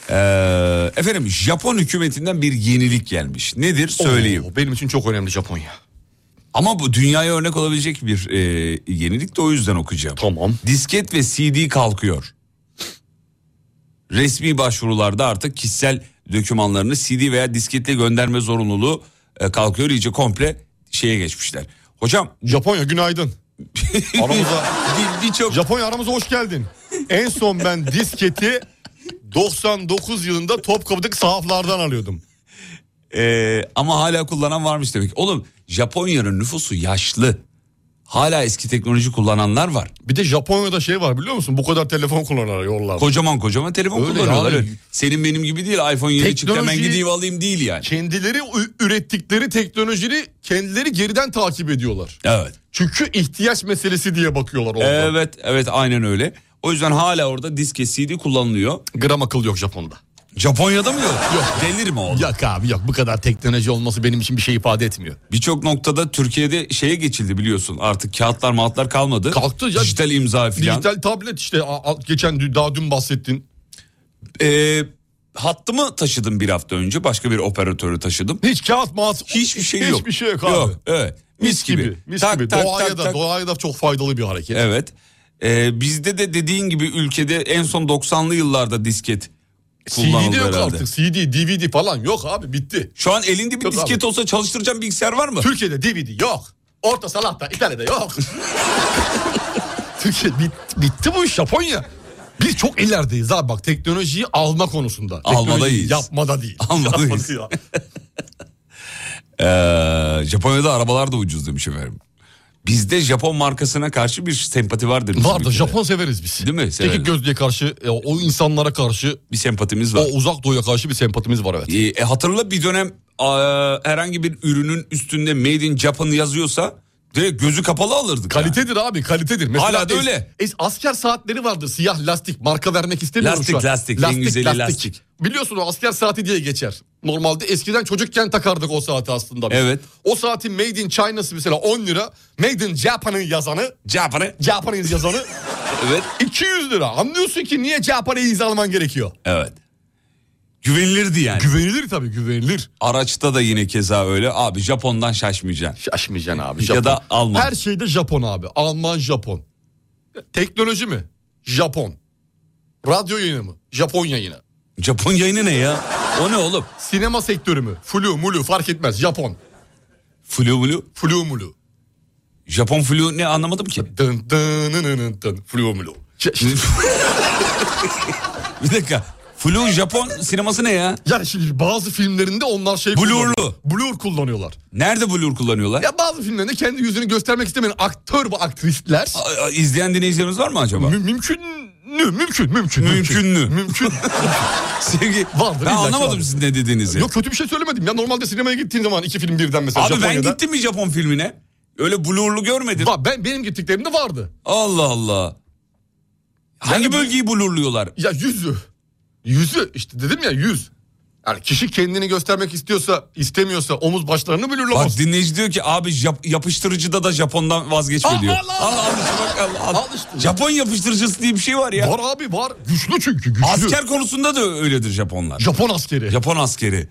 S2: Ee, efendim Japon hükümetinden bir yenilik gelmiş. Nedir söyleyeyim.
S3: Oo, benim için çok önemli Japonya.
S2: Ama bu dünyaya örnek olabilecek bir e, yenilik de o yüzden okuyacağım.
S3: Tamam.
S2: Disket ve CD kalkıyor. Resmi başvurularda artık kişisel dokümanlarını CD veya disketle gönderme zorunluluğu e, kalkıyor. İyice komple şeye geçmişler. Hocam
S3: Japonya günaydın. Aramıza
S2: bir- birçok
S3: Japonya aramıza hoş geldin. En son ben disketi 99 yılında Topkapı'daki sahaflardan alıyordum.
S2: e, ama hala kullanan varmış demek. Oğlum Japonya'nın nüfusu yaşlı. Hala eski teknoloji kullananlar var.
S3: Bir de Japonya'da şey var biliyor musun? Bu kadar telefon kullanıyorlar yollarda.
S2: Kocaman kocaman telefon
S3: Öyle
S2: kullanıyorlar.
S3: yani.
S2: öyle. Senin benim gibi değil iPhone yeni çıktı hemen
S3: Teknolojiyi-
S2: gideyim alayım değil yani.
S3: Kendileri ü- ürettikleri teknolojiyi kendileri geriden takip ediyorlar.
S2: Evet.
S3: Çünkü ihtiyaç meselesi diye bakıyorlar orada.
S2: Evet evet aynen öyle. O yüzden hala orada diske CD kullanılıyor.
S3: Gram akıl yok Japon'da.
S2: Japonya'da mı yok?
S3: Yok.
S2: Delir mi oğlum?
S3: Yok abi yok bu kadar teknoloji olması benim için bir şey ifade etmiyor.
S2: Birçok noktada Türkiye'de şeye geçildi biliyorsun. Artık kağıtlar mağıtlar kalmadı.
S3: Kalktı ya.
S2: Dijital imza filan.
S3: Dijital tablet işte a- a- geçen dü- daha dün bahsettin.
S2: Ee, hattımı taşıdım bir hafta önce. Başka bir operatörü taşıdım.
S3: Hiç kağıt mağaz
S2: Hiçbir şey yok.
S3: Hiçbir şey yok abi.
S2: evet. Mis, gibi.
S3: Mis
S2: tak,
S3: gibi.
S2: Tak,
S3: doğaya
S2: tak,
S3: da
S2: tak.
S3: doğaya da çok faydalı bir hareket.
S2: Evet. Ee, bizde de dediğin gibi ülkede en son 90'lı yıllarda disket
S3: CD
S2: kullanıldı
S3: de yok
S2: herhalde.
S3: artık. CD, DVD falan yok abi bitti.
S2: Şu an elinde bir
S3: Yok
S2: disket
S3: abi.
S2: olsa çalıştıracağım bilgisayar var mı?
S3: Türkiye'de DVD yok. Orta Salah'ta, İtalya'da yok. Türkiye bit- bitti bu iş Japonya. Biz çok ilerideyiz abi bak teknolojiyi alma konusunda. Teknolojiyi
S2: Almadayız.
S3: Yapmada değil.
S2: Almadayız.
S3: ya.
S2: Ee, Japonya'da arabalar da ucuz demiş efendim. Bizde Japon markasına karşı bir sempati vardır. bizim
S3: Vardır
S2: ülkede.
S3: Japon severiz biz.
S2: Değil mi?
S3: Tekik
S2: Severiz.
S3: gözlüğe karşı, e, o insanlara karşı,
S2: Bir sempatimiz
S3: o
S2: var.
S3: uzak doğuya karşı bir sempatimiz var evet.
S2: Ee, e, hatırla bir dönem e, herhangi bir ürünün üstünde Made in Japan yazıyorsa direkt gözü kapalı alırdık. yani.
S3: Kalitedir abi kalitedir. Mesela
S2: Hala da
S3: es-
S2: öyle.
S3: es- asker saatleri vardı siyah lastik marka vermek istemiyorum
S2: Lastik,
S3: şu an.
S2: lastik, en güzeli lastik.
S3: Biliyorsun o asker saati diye geçer. Normalde eskiden çocukken takardık o saati aslında. biz.
S2: Evet.
S3: O saatin Made in China'sı mesela 10 lira. Made in Japan'ın yazanı,
S2: Japan'ı.
S3: Japanese yazanı
S2: Evet.
S3: 200 lira. Anlıyorsun ki niye Japanese alman gerekiyor.
S2: Evet. Güvenilirdi yani.
S3: Güvenilir tabii güvenilir.
S2: Araçta da yine keza öyle. Abi Japon'dan şaşmayacaksın.
S3: Şaşmayacaksın abi.
S2: Ya da Alman.
S3: Her şeyde Japon abi. Alman Japon. Teknoloji mi? Japon. Radyo yayını mı? Japon yayını.
S2: Japon yayını ne ya? O ne oğlum?
S3: Sinema sektörü mü? Flu mulu fark etmez. Japon.
S2: Flu mulu.
S3: Flu mulu.
S2: Japon flu ne anlamadım ki.
S3: Dın dın dın dın dın. Flu mulu. Ya işte-
S2: Bir dakika. Flu Japon sineması ne ya?
S3: Ya şimdi bazı filmlerinde onlar şey
S2: Blurlu.
S3: kullanıyor. Blur kullanıyorlar.
S2: Nerede blur kullanıyorlar?
S3: Ya bazı filmlerinde kendi yüzünü göstermek istemeyen aktör ve aktristler
S2: A- a- İzleyen dinleyicilerimiz var mı acaba?
S3: mü- mümkün mümkün mümkün
S2: Mümkün mü?
S3: mümkün.
S2: Sevgi. ben
S3: Vardır, illaki
S2: anlamadım
S3: vardır.
S2: sizin ne dediğinizi.
S3: Yok kötü bir şey söylemedim ya. Normalde sinemaya gittiğim zaman iki film birden mesela
S2: Abi ben
S3: Japonya'da.
S2: gittim mi Japon filmine? Öyle blurlu görmedim.
S3: Va- ben benim gittiklerimde vardı.
S2: Allah Allah. Hangi bölgeyi blurluyorlar?
S3: Ya yüzü. Yüzü işte dedim ya yüz. Yani kişi kendini göstermek istiyorsa istemiyorsa omuz başlarını
S2: Bak
S3: blurlamaz.
S2: dinleyici diyor ki abi Jap- yapıştırıcıda da Japon'dan vazgeçme
S3: Al,
S2: diyor.
S3: al,
S2: al,
S3: al.
S2: al, işte bak, al, al.
S3: Al işte.
S2: Japon yapıştırıcısı diye bir şey var ya.
S3: Var abi var. Güçlü çünkü güçlü.
S2: Asker konusunda da öyledir Japonlar.
S3: Japon askeri.
S2: Japon askeri.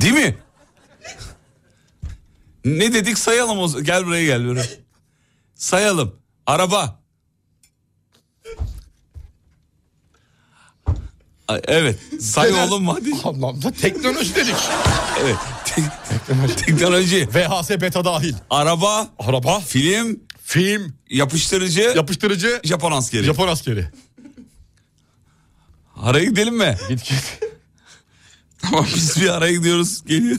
S2: Değil mi? Ne dedik sayalım o z- gel buraya gel buraya. Sayalım. Araba. Ay, Evet. Say
S3: Genel-
S2: oğlum hadi.
S3: Allah'ım bu teknoloji dedik.
S2: Evet. Tek- Teknoloji.
S3: VHS beta dahil.
S2: Araba.
S3: Araba.
S2: Film.
S3: Film.
S2: Yapıştırıcı.
S3: Yapıştırıcı.
S2: Japon askeri.
S3: Japon askeri.
S2: Araya gidelim mi?
S3: Git git.
S2: Tamam biz bir araya gidiyoruz. Geliyor.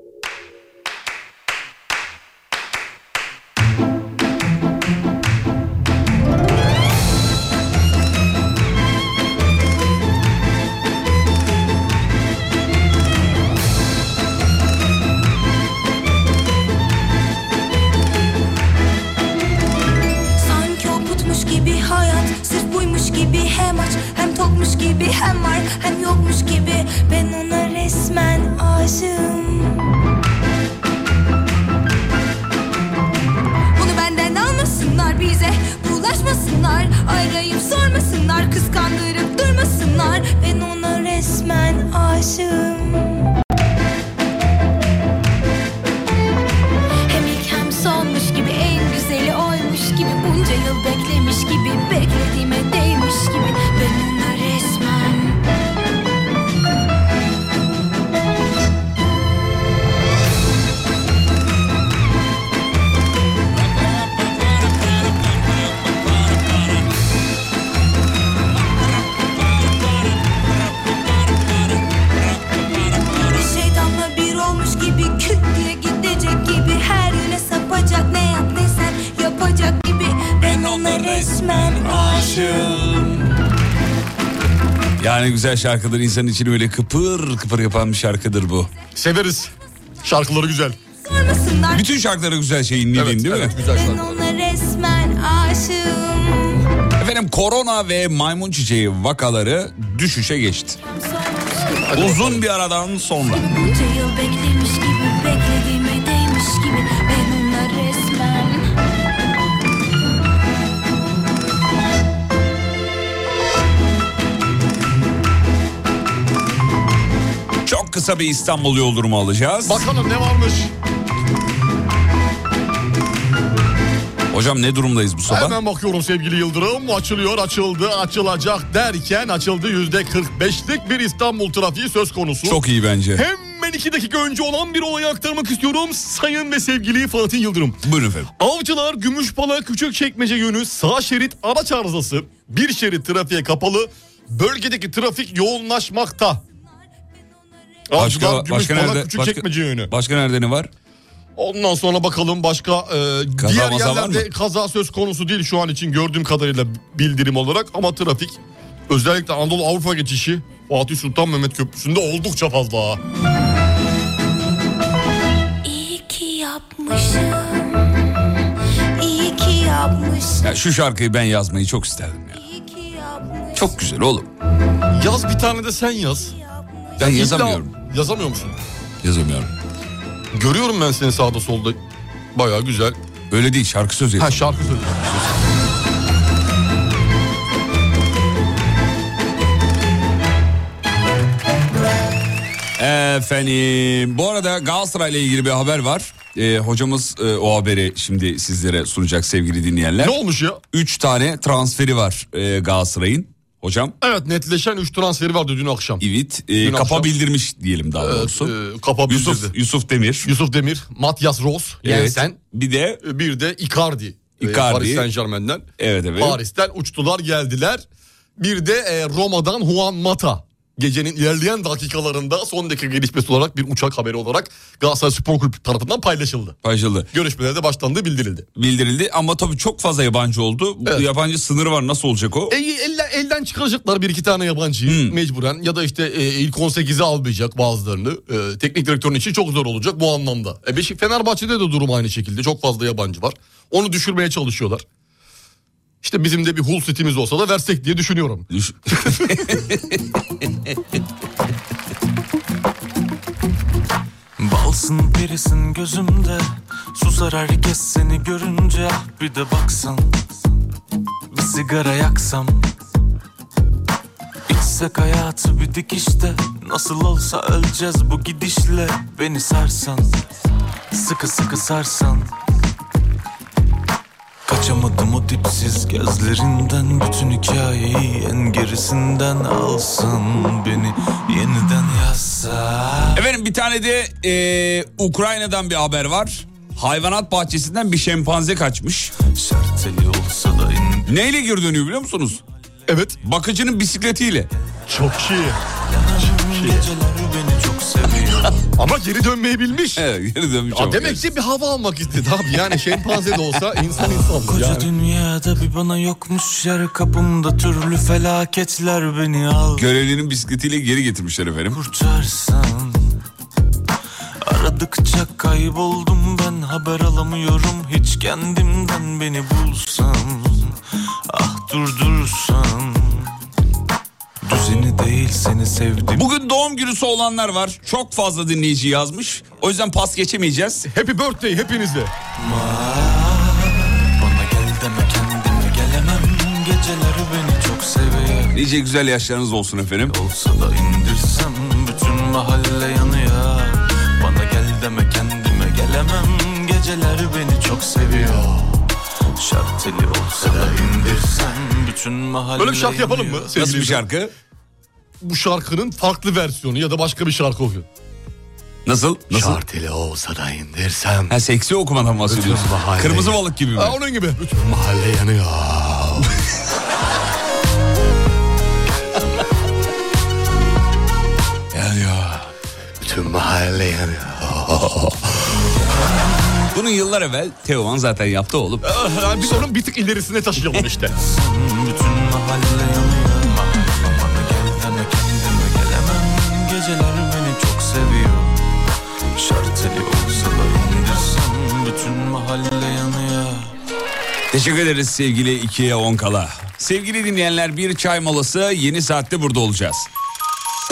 S6: Sanki okutmuş gibi hayat Sırf buymuş gibi hem aç Hem tokmuş gibi hem var Hem yokmuş gibi Ben ona resmen aşığım Bunu benden almasınlar bize Bulaşmasınlar Arayıp sormasınlar Kıskandırıp durmasınlar Ben ona resmen aşığım Hem ilk hem sonmuş gibi en güzeli oymuş gibi Bunca yıl beklemiş gibi beklediğime değmiş gibi Ben ona resmen
S2: başım Yani güzel şarkıdır insanın içini öyle kıpır kıpır yapan bir şarkıdır bu.
S3: Severiz. Şarkıları güzel.
S10: Sormasınlar
S2: Bütün şarkıları güzel şeyin
S3: Evet,
S2: değil mi?
S3: evet güzel
S10: ben
S3: şarkılar.
S10: ona resmen aşığım
S2: Efendim korona ve maymun çiçeği vakaları düşüşe geçti. Uzun bir aradan sonra.
S10: Bunca yıl beklemiş gibi beklediğime değmiş gibi ben ona resmen
S2: Çok kısa bir İstanbul yol durumu alacağız.
S3: Bakalım ne varmış.
S2: Hocam ne durumdayız bu sabah?
S3: Hemen bakıyorum sevgili Yıldırım. Açılıyor, açıldı, açılacak derken açıldı yüzde 45'lik bir İstanbul trafiği söz konusu.
S2: Çok iyi bence.
S3: Hemen iki dakika önce olan bir olayı aktarmak istiyorum. Sayın ve sevgili Fatih Yıldırım.
S2: Buyurun efendim.
S3: Avcılar Gümüşbala Küçükçekmece yönü sağ şerit araç arızası. Bir şerit trafiğe kapalı. Bölgedeki trafik yoğunlaşmakta.
S2: Başka-
S3: Avcılar
S2: başka nerede-
S3: Gümüşbala
S2: başka-
S3: Küçükçekmece yönü.
S2: Başka nerede ne var?
S3: Ondan sonra bakalım başka e,
S2: Kaza
S3: diğer
S2: maza var
S3: yerlerde
S2: mı?
S3: kaza söz konusu değil şu an için gördüğüm kadarıyla bildirim olarak ama trafik özellikle Anadolu Avrupa geçişi Fatih Sultan Mehmet Köprüsü'nde oldukça fazla. ha.
S10: iyi ki yapmışım iyi ki yapmışım
S2: Ya şu şarkıyı ben yazmayı çok isterdim ya.
S10: iyi ki yapmışım
S2: Çok güzel oğlum.
S3: Yaz bir tane de sen yaz.
S2: Ben yazamıyorum.
S3: İlla- yazamıyor musun?
S2: Yazamıyorum.
S3: Görüyorum ben seni sağda solda. Baya güzel.
S2: Öyle değil şarkı sözü.
S3: Ha
S2: yazıyorum.
S3: şarkı söylüyor.
S2: Efendim bu arada Galatasaray'la ilgili bir haber var. Ee, hocamız e, o haberi şimdi sizlere sunacak sevgili dinleyenler.
S3: Ne olmuş ya?
S2: 3 tane transferi var e, Galatasaray'ın. Hocam
S3: Evet netleşen 3 transferi vardı dün akşam.
S2: İvit e,
S3: Dün
S2: kapa
S3: akşam-
S2: bildirmiş diyelim daha doğrusu.
S3: Evet, e, kapa
S2: Yusuf
S3: bildirdi.
S2: Yusuf Demir.
S3: Yusuf Demir, Matyas Ross,
S2: Evet.
S3: Jensen,
S2: Bir de
S3: e, bir de Icardi. e,
S2: Icardi.
S3: Paris Saint Germain'den.
S2: evet evet.
S3: Paris'ten uçtular geldiler. Bir de e, Roma'dan Juan Mata. Gecenin ilerleyen dakikalarında son dakika gelişmesi olarak bir uçak haberi olarak Galatasaray Spor Kulübü tarafından paylaşıldı.
S2: Paylaşıldı.
S3: Görüşmelerde başlandığı bildirildi.
S2: Bildirildi ama tabii çok fazla yabancı oldu. Bu
S3: Evet.
S2: Yabancı sınırı var nasıl olacak o?
S3: E, elle- elden çıkaracaklar bir iki tane yabancıyı
S2: Hmm.
S3: mecburen ya da işte e, ilk 18'i almayacak bazılarını. E, teknik direktörün için çok zor olacak bu anlamda. E, Beşik Fenerbahçe'de de durum aynı şekilde çok fazla yabancı var. Onu düşürmeye çalışıyorlar. İşte bizim de bir Hull City'miz olsa da versek diye düşünüyorum.
S2: Düş-
S11: Balsın birisin gözümde Susar herkes seni görünce Ah bir de baksan Bir sigara yaksam İçsek hayatı bir dikişte Nasıl olsa öleceğiz bu gidişle Beni sarsan Sıkı sıkı sarsan Kaçamadım o dipsiz gözlerinden Bütün hikayeyi en gerisinden alsın Beni yeniden yazsan
S2: Efendim bir tane de e, Ukrayna'dan bir haber var. Hayvanat bahçesinden bir şempanze kaçmış.
S11: Serteli olsa da in
S2: Neyle geri dönüyor biliyor musunuz?
S3: Evet
S2: Bakıcının bisikletiyle.
S3: çok iyi.
S11: Geceler beni çok seviyor
S3: Ama geri dönmeyi bilmiş.
S2: Evet geri dönmüş.
S3: Ya
S2: ama.
S3: demek ki bir hava almak istedi abi. Yani şempanze de olsa insan insan.
S11: Koca
S3: Yani.
S11: dünyada bir bana yokmuş yer Kapımda türlü felaketler beni al
S2: Görevlinin bisikletiyle geri getirmişler efendim.
S11: Kurtarsan Aradıkça kayboldum ben Haber alamıyorum hiç kendimden Beni bulsan Ah durdursan Düzeni değil seni sevdim
S2: Bugün doğum günüsü olanlar var. Çok fazla dinleyici yazmış. O yüzden pas geçemeyeceğiz.
S3: Happy birthday hepinize.
S11: Bana gel deme kendime gelemem Geceleri beni çok seviyor
S2: Nice güzel yaşlarınız olsun efendim.
S11: Olsa da indirsem bütün mahalle yanıyor Bana gel deme kendime gelemem Geceler beni çok seviyor Şart teli olsa da indirsem bütün mahalle
S3: Böyle bir şarkı yapalım mı?
S11: yanıyor.
S3: Sevgili
S2: Nasıl bir
S3: izleyen?
S2: şarkı?
S3: Bu şarkının farklı versiyonu ya da başka bir şarkı okuyor.
S2: Nasıl? Nasıl?
S3: Şarteli olsa da indirsem.
S2: Ha seksi okumadan bahsediyorsun.
S3: Bütün mahalle-
S2: Kırmızı balık gibi mi?
S3: Ha, onun gibi. Bütün mahalle yanıyor.
S2: Yanıyor.
S3: Bütün mahalle yanıyor.
S2: Bunu yıllar evvel Teoman zaten yaptı oğlum.
S3: Ah, Biz onun bir tık ilerisine taşıyalım işte.
S11: Bütün
S12: mahalle yanıyor Mahalle bana gel deme kendime gelemem Geceler beni çok seviyor Şarteli olsa da indirsem Bütün mahalle yanıyor
S2: Teşekkür ederiz sevgili 2'ye 10 kala. Sevgili dinleyenler bir çay molası yeni saatte burada olacağız.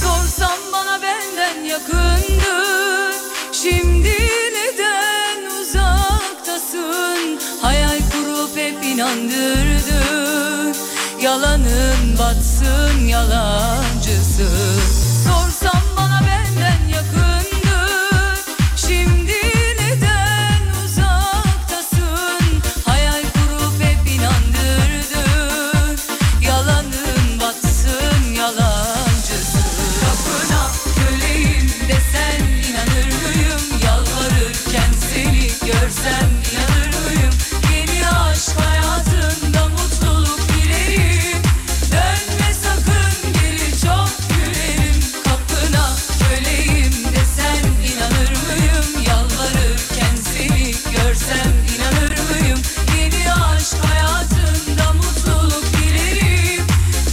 S6: Sorsam bana benden yakındır Şimdi neden uzaktasın Hayal kurup hep inandırdın Yalanın batsın yalancısın Sorsam bana benden yakındır Şimdi neden uzaktasın Hayal kurup hep inandırdın Yalanın batsın yalancısın Kapına köleyim desen inanır mıyım Yalvarırken seni görsem inanır mıyım Yeni aşk hayatında mutluluk dilerim Dönme sakın geri çok gülerim Kapına köleyim desen inanır mıyım Yalvarırken seni görsem inanır mıyım Yeni aşk hayatında mutluluk dilerim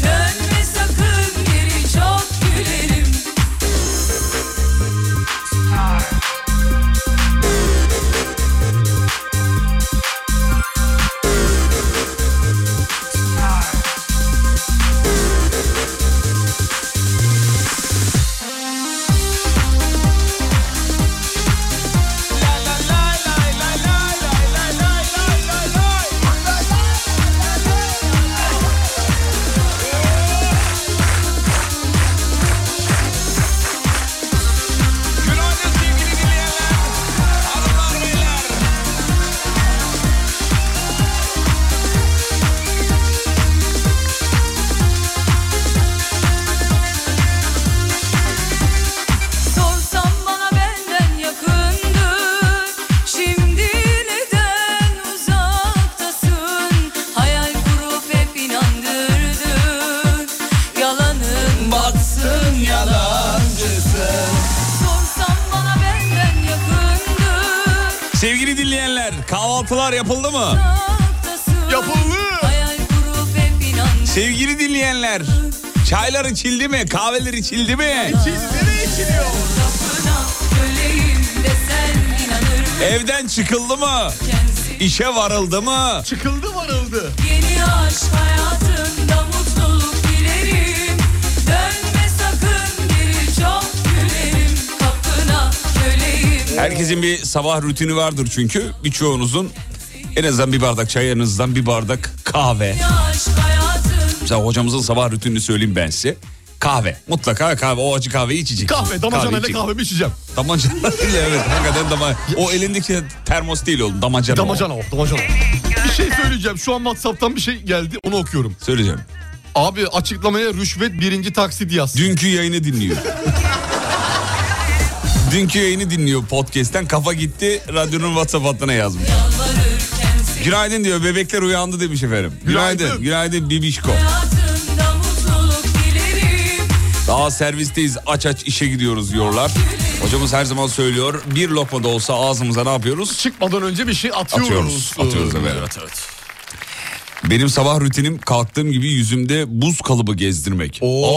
S6: Dönme sakın geri çok gülerim Sorsam bana benden yakındır Şimdi neden uzaktasın Hayal kurup hep inandırdın Yalanın batsın yalancısın Sorsam bana benden yakındır
S2: Sevgili dinleyenler kahvaltılar yapıldı mı?
S3: Yapıldı.
S6: Hayal kurup hep inandırdın
S2: Sevgili dinleyenler çaylar içildi mi? Kahveler içildi mi?
S6: Kapına köleyim desen inanırken
S2: Evden çıkıldı mı?
S6: seni
S2: İşe varıldı mı?
S3: Çıkıldı varıldı.
S6: Yeni aşk hayatında mutluluk dilerim Dönme sakın geri çok gülerim Kapına köleyim
S2: Herkesin bir sabah rutini vardır çünkü birçoğunuzun en azından bir bardak çay en azından bir bardak kahve.
S6: Yeni aşk hayatın
S2: Mesela hocamızın sabah rutinini söyleyeyim ben size. Kahve. Mutlaka kahve. O acı kahve içecek.
S3: Kahve damacanayla
S2: içecek.
S3: kahvemi içeceğim.
S2: Damacana değil evet. Hakikaten dama... O elindeki termos değil oğlum. Damacana. o.
S3: Damacana o damacana. Bir şey söyleyeceğim. Şu an Whatsapp'tan bir şey geldi. Onu okuyorum.
S2: Söyleyeceğim.
S3: Abi açıklamaya rüşvet birinci taksit yaz.
S2: Dünkü yayını dinliyor. Dünkü yayını dinliyor podcast'ten. Kafa gitti. Radyonun WhatsApp hattına yazmış.
S6: varırken seni
S2: Günaydın diyor. Bebekler uyandı demiş efendim. Günaydın.
S3: Günaydın.
S2: Günaydın, Bibişko.
S6: Hayatında mutluluk
S2: Daha servisteyiz aç aç işe gidiyoruz diyorlar. Hocamız her zaman söylüyor bir lokma da olsa ağzımıza ne yapıyoruz?
S3: Çıkmadan önce bir şey atıyoruz.
S2: Atıyoruz. Atıyoruz efendim.
S12: Evet evet.
S2: Benim sabah rutinim kalktığım gibi yüzümde buz kalıbı gezdirmek.
S3: Allah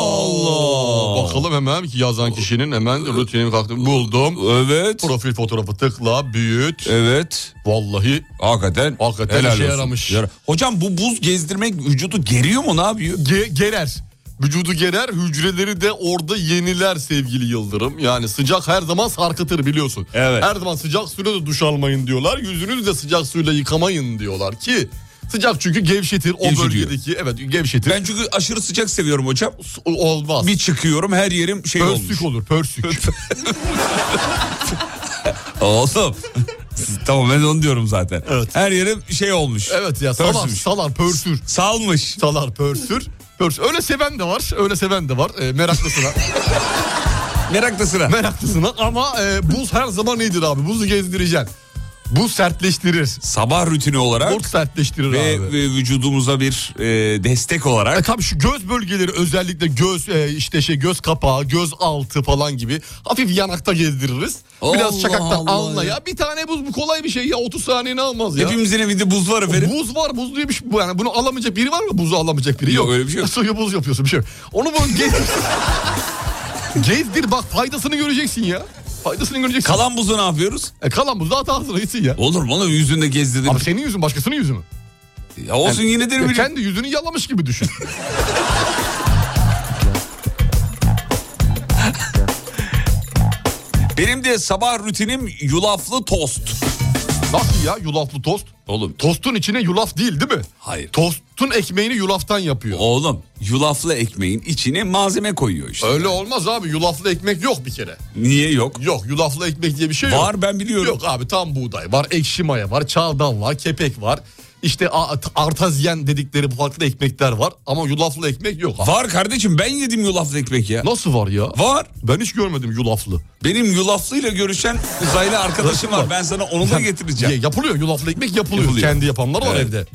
S3: Allah. Bakalım hemen ki yazan kişinin hemen rutinini kalktım. Buldum.
S2: Evet.
S3: Profil fotoğrafı tıkla, büyüt.
S2: Evet.
S3: Vallahi
S2: Hakikaten.
S3: Hakikaten işe yaramış.
S2: Yara- Hocam bu buz gezdirmek vücudu geriyor mu ne yapıyor?
S3: ge- gerer. Vücudu gerer, hücreleri de orada yeniler sevgili Yıldırım. Yani sıcak her zaman sarkıtır biliyorsun.
S2: Evet.
S3: Her zaman sıcak suyla da duş almayın diyorlar. Yüzünüzü de sıcak suyla yıkamayın diyorlar ki sıcak çünkü gevşetir o
S2: Gevşetiyor.
S3: bölgedeki evet gevşetir.
S2: Ben çünkü aşırı sıcak seviyorum hocam.
S3: S- olmaz.
S2: Bir çıkıyorum her yerim şey olmuş.
S3: pörsük olur, pörsük.
S2: Oğlum. tamam ben onu diyorum zaten.
S3: Evet.
S2: Her yerim şey olmuş.
S3: evet ya salar,
S2: Pörsümüş.
S3: salar, pörsür.
S2: Salmış.
S3: Salar, pörsür. Pörs. Öyle seven de var, öyle seven de var. E, meraklısına,
S2: Meraklısına.
S3: meraklısına ama e, buz her zaman iyidir abi. Buzu gezdireceksin. Buz sertleştirir.
S2: Sabah rutini olarak
S3: Buz sertleştirir
S2: ve,
S3: abi.
S2: ve vücudumuza bir e, destek olarak
S3: E tabii şu göz bölgeleri özellikle göz e, işte şey göz kapağı, göz altı falan gibi hafif yanakta gezdiririz. Biraz
S2: Allah
S3: çakakta
S2: Allah
S3: alnaya.
S2: ya.
S3: Bir tane buz bu kolay bir şey ya 30 saniyeni almaz ya.
S2: hepimizin evinde buz var efendim.
S3: Buz var buz diye bir şey- bu yani bunu alamayacak biri var mı buzu alamayacak biri
S2: Yok,
S3: yok.
S2: öyle bir şey yok.
S3: Suyu buz yapıyorsun bir şey yok. Onu bu gezdir. gezdir bak faydasını göreceksin ya. Faydasını göreceksin.
S2: Kalan buzu ne yapıyoruz?
S3: e, kalan buz daha tatlısına gitsin ya.
S2: Olur mu oğlum yüzünde gezdirdin.
S3: Abi senin yüzün başkasının yüzü mü?
S2: Ya olsun yine
S3: Ya
S2: derim.
S3: kendi yüzünü yalamış gibi düşün.
S2: Benim de sabah rutinim yulaflı tost.
S3: Nasıl ya yulaflı tost?
S2: Oğlum
S3: Tostun içine yulaf değil değil mi?
S2: Hayır.
S3: Tostun ekmeğini yulaftan yapıyor.
S2: oğlum yulaflı ekmeğin içine malzeme koyuyor işte.
S3: Öyle olmaz abi. Yulaflı ekmek yok bir kere.
S2: Niye yok?
S3: Yok yulaflı ekmek diye bir şey yok.
S2: Var ben biliyorum.
S3: Yok abi tam buğday var, ekşi maya var, çağdan var, kepek var. İşte a- t- artazyen dedikleri farklı ekmekler var ama yulaflı ekmek yok abi.
S2: Var kardeşim ben yedim yulaflı ekmek ya.
S3: Nasıl var ya?
S2: Var.
S3: Ben hiç görmedim yulaflı.
S2: Benim yulaflıyla görüşen uzaylı arkadaşım var. Ben sana onu da
S3: Ya,
S2: getireceğim.
S3: yapılıyor yulaflı ekmek yapılıyor.
S2: Yapılıyor.
S3: Kendi yapanlar var
S2: Evet.
S3: evde.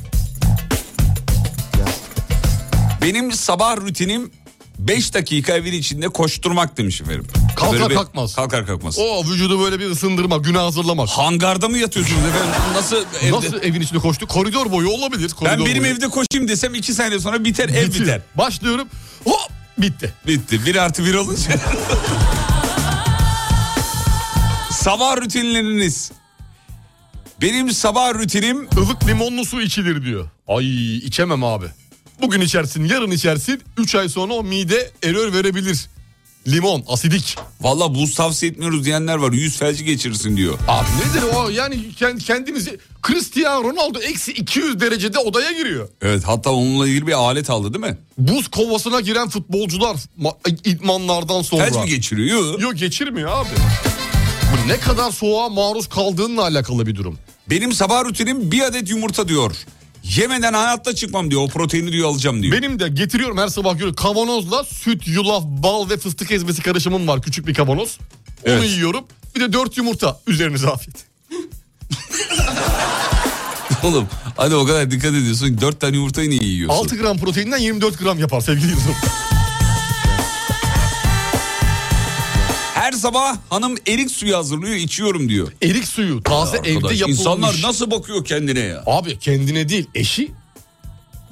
S2: Benim sabah rutinim 5 dakika evin içinde koşturmak demiş efendim.
S3: Kalkar
S2: Böyle bir-
S3: kalkmaz.
S2: Kalkar kalkmaz.
S3: O vücudu böyle bir ısındırma, güne hazırlamak.
S2: Hangarda mı yatıyorsunuz efendim? Nasıl evde?
S3: Nasıl evin içinde koştu? Koridor boyu olabilir. Koridor
S2: Ben benim
S3: boyu.
S2: evde koşayım desem 2 saniye sonra biter ev
S3: Bitiyor.
S2: biter.
S3: Başlıyorum. Hop bitti.
S2: Bitti. Bir artı bir olunca. sabah rutinleriniz. Benim sabah rutinim
S3: Ilık limonlu su içilir diyor. Ay içemem abi. Bugün içersin, yarın içersin. 3 ay sonra o mide erör verebilir. Limon, asidik.
S2: valla buz tavsiye etmiyoruz diyenler var. Yüz felci geçirirsin diyor.
S3: Abi nedir o? Yani kend- kendinizi Cristiano Ronaldo eksi 200 derecede odaya giriyor.
S2: Evet hatta onunla ilgili bir alet aldı değil mi?
S3: Buz kovasına giren futbolcular ma- idmanlardan sonra.
S2: Felç mi geçiriyor? Yo.
S3: Yok geçirmiyor abi. Bu ne kadar soğuğa maruz kaldığınla alakalı bir durum.
S2: Benim sabah rutinim bir adet yumurta diyor. Yemeden hayatta çıkmam diyor. O proteini diyor alacağım diyor.
S3: Benim de getiriyorum her sabah görüyorum. Kavanozla süt, yulaf, bal ve fıstık ezmesi karışımım var. Küçük bir kavanoz. Onu
S2: Evet.
S3: yiyorum. Bir de dört yumurta. Üzerinize afiyet.
S2: Oğlum hadi o kadar dikkat ediyorsun. Dört tane yumurtayı niye yiyorsun?
S3: 6 gram proteinden 24 gram yapar sevgili Yıldırım.
S2: Her sabah hanım erik suyu hazırlıyor içiyorum diyor.
S3: Erik suyu taze evde
S2: Arkadaş,
S3: yapılmış.
S2: İnsanlar nasıl bakıyor kendine ya?
S3: Abi kendine değil eşi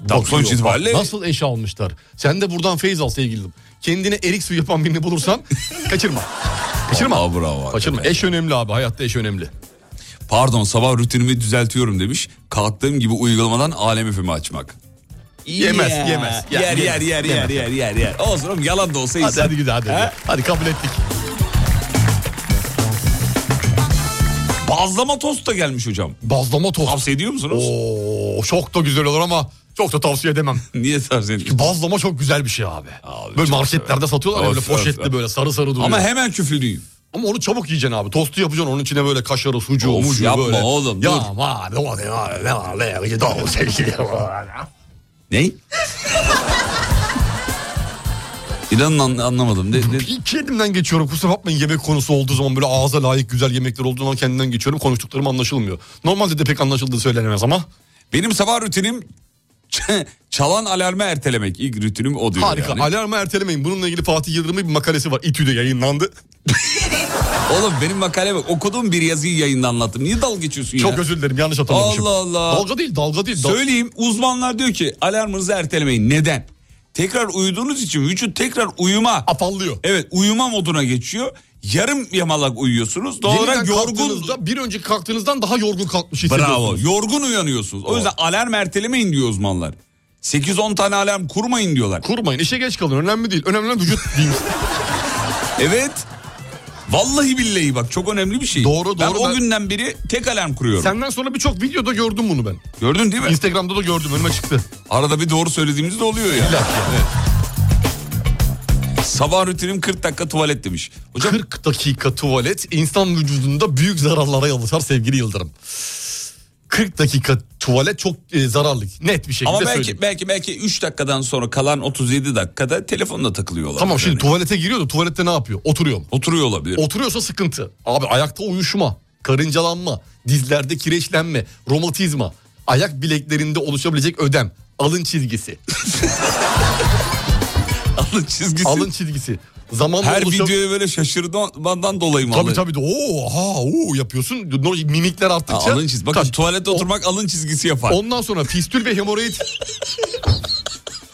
S2: Tam
S3: bakıyor.
S2: sonuç itibariyle
S3: Nasıl eş almışlar? Sen de buradan feyiz al sevgilim. Kendine erik suyu yapan birini bulursan kaçırma. Kaçırma.
S2: Vallahi bravo
S3: Kaçırma.
S2: hakikaten.
S3: Eş önemli abi. Hayatta eş önemli.
S2: Pardon sabah rutinimi düzeltiyorum demiş. Kalktığım gibi uygulamadan Alem FM'i açmak.
S3: Yemez, yemez.
S2: Yer
S3: Yer,
S2: yer yer
S3: yemez,
S2: yer yer yer yer. Olsun oğlum yalan da olsa
S3: Hadi
S2: insan.
S3: hadi gidelim hadi.
S2: He?
S3: Hadi, hadi kabul ettik.
S2: Bazlama tost da gelmiş hocam.
S3: Bazlama tost.
S2: Tavsiye ediyor musunuz?
S3: Oo, çok da güzel olur ama çok da tavsiye edemem.
S2: Niye tavsiye ediyorsunuz?
S3: Bazlama çok güzel bir şey abi.
S2: Abi,
S3: böyle
S2: çok
S3: marketlerde satıyorlar ya
S2: Of,
S3: böyle poşetli
S2: of.
S3: böyle sarı sarı duruyor.
S2: Ama
S3: Ama,
S2: hemen küfürüyüm.
S3: onu çabuk yiyeceksin abi. Tostu yapacaksın onun içine böyle kaşarı, sucuğu,
S2: Of,
S3: mucuğu
S2: yapma
S3: böyle.
S2: oğlum,
S3: Ya
S2: dur.
S3: abi o ne var ne var ne var ne var sevgili var.
S2: Ne? İnanın an- anlamadım. Ne, ne-
S3: İki elimden geçiyorum kusura bakmayın yemek konusu olduğu zaman böyle ağza layık güzel yemekler olduğu zaman kendimden geçiyorum konuştuklarım anlaşılmıyor. Normalde de pek anlaşıldığı söylenemez ama
S2: Benim sabah rutinim Çalan alarmı ertelemek. İlk rutinim o diyor
S3: Harika.
S2: yani.
S3: Alarmı ertelemeyin. Bununla ilgili Fatih Yıldırım'ın bir makalesi var. İTÜ'de yayınlandı.
S2: Oğlum benim makale bak. Okuduğum bir yazıyı yayında anlattım. Niye dal geçiyorsun ya?
S3: Çok özür dilerim yanlış hatırlamışım.
S2: Allah Allah.
S3: Dalga değil dalga değil. Dal-
S2: Söyleyeyim uzmanlar diyor ki alarmınızı ertelemeyin. Neden? Tekrar uyuduğunuz için vücut tekrar uyuma.
S3: Afallıyor.
S2: Evet uyuma moduna geçiyor. Yarım yamalak uyuyorsunuz. Doğal
S3: Yeniden
S2: olarak yorgun.
S3: kalktığınızda, bir önceki kalktığınızdan daha yorgun kalkmış
S2: Bravo.
S3: hissediyorsunuz.
S2: Yorgun uyanıyorsunuz. O yüzden alarm ertelemeyin diyor uzmanlar. 8-10 tane alarm kurmayın diyorlar.
S3: Kurmayın işe geç kalın önemli değil. Önemli olan vücut değil.
S2: Evet. Vallahi billahi bak çok önemli bir şey.
S3: Doğru,
S2: Ben
S3: doğru.
S2: o
S3: Ben-
S2: günden beri tek alarm kuruyorum.
S3: Senden sonra birçok videoda gördüm bunu ben.
S2: Gördün değil mi?
S3: Instagram'da da gördüm önüme çıktı.
S2: Arada bir doğru söylediğimiz de oluyor ya. Evet. Sabah rutinim 40 dakika tuvalet demiş. Hocam
S3: 40 dakika tuvalet insan vücudunda büyük zararlara yol açar sevgili Yıldırım. 40 dakika tuvalet çok e, zararlı. Net bir şekilde
S2: ama belki
S3: söyleyeyim.
S2: belki belki 3 dakikadan sonra kalan 37 dakikada telefonla takılıyorlar.
S3: Tamam şimdi
S2: Yani.
S3: tuvalete giriyor da tuvalette ne yapıyor? Oturuyor mu?
S2: oturuyor olabilir.
S3: Oturuyorsa sıkıntı. Abi ayakta uyuşma, karıncalanma, dizlerde kireçlenme, romatizma, ayak bileklerinde oluşabilecek ödem, alın çizgisi.
S2: alın çizgisi.
S3: alın çizgisi. Zamanla
S2: Her
S3: oluşa-
S2: videoya böyle şaşırmandan dolayı mı
S3: Tabii
S2: alın?
S3: tabii de oo ha oo yapıyorsun. No- Mimikler
S2: Ha,
S3: arttıkça.
S2: alın çizgisi. Bakın
S3: Tabii.
S2: tuvalette
S3: O-
S2: oturmak alın çizgisi yapar.
S3: Ondan sonra fistül ve hemoroid.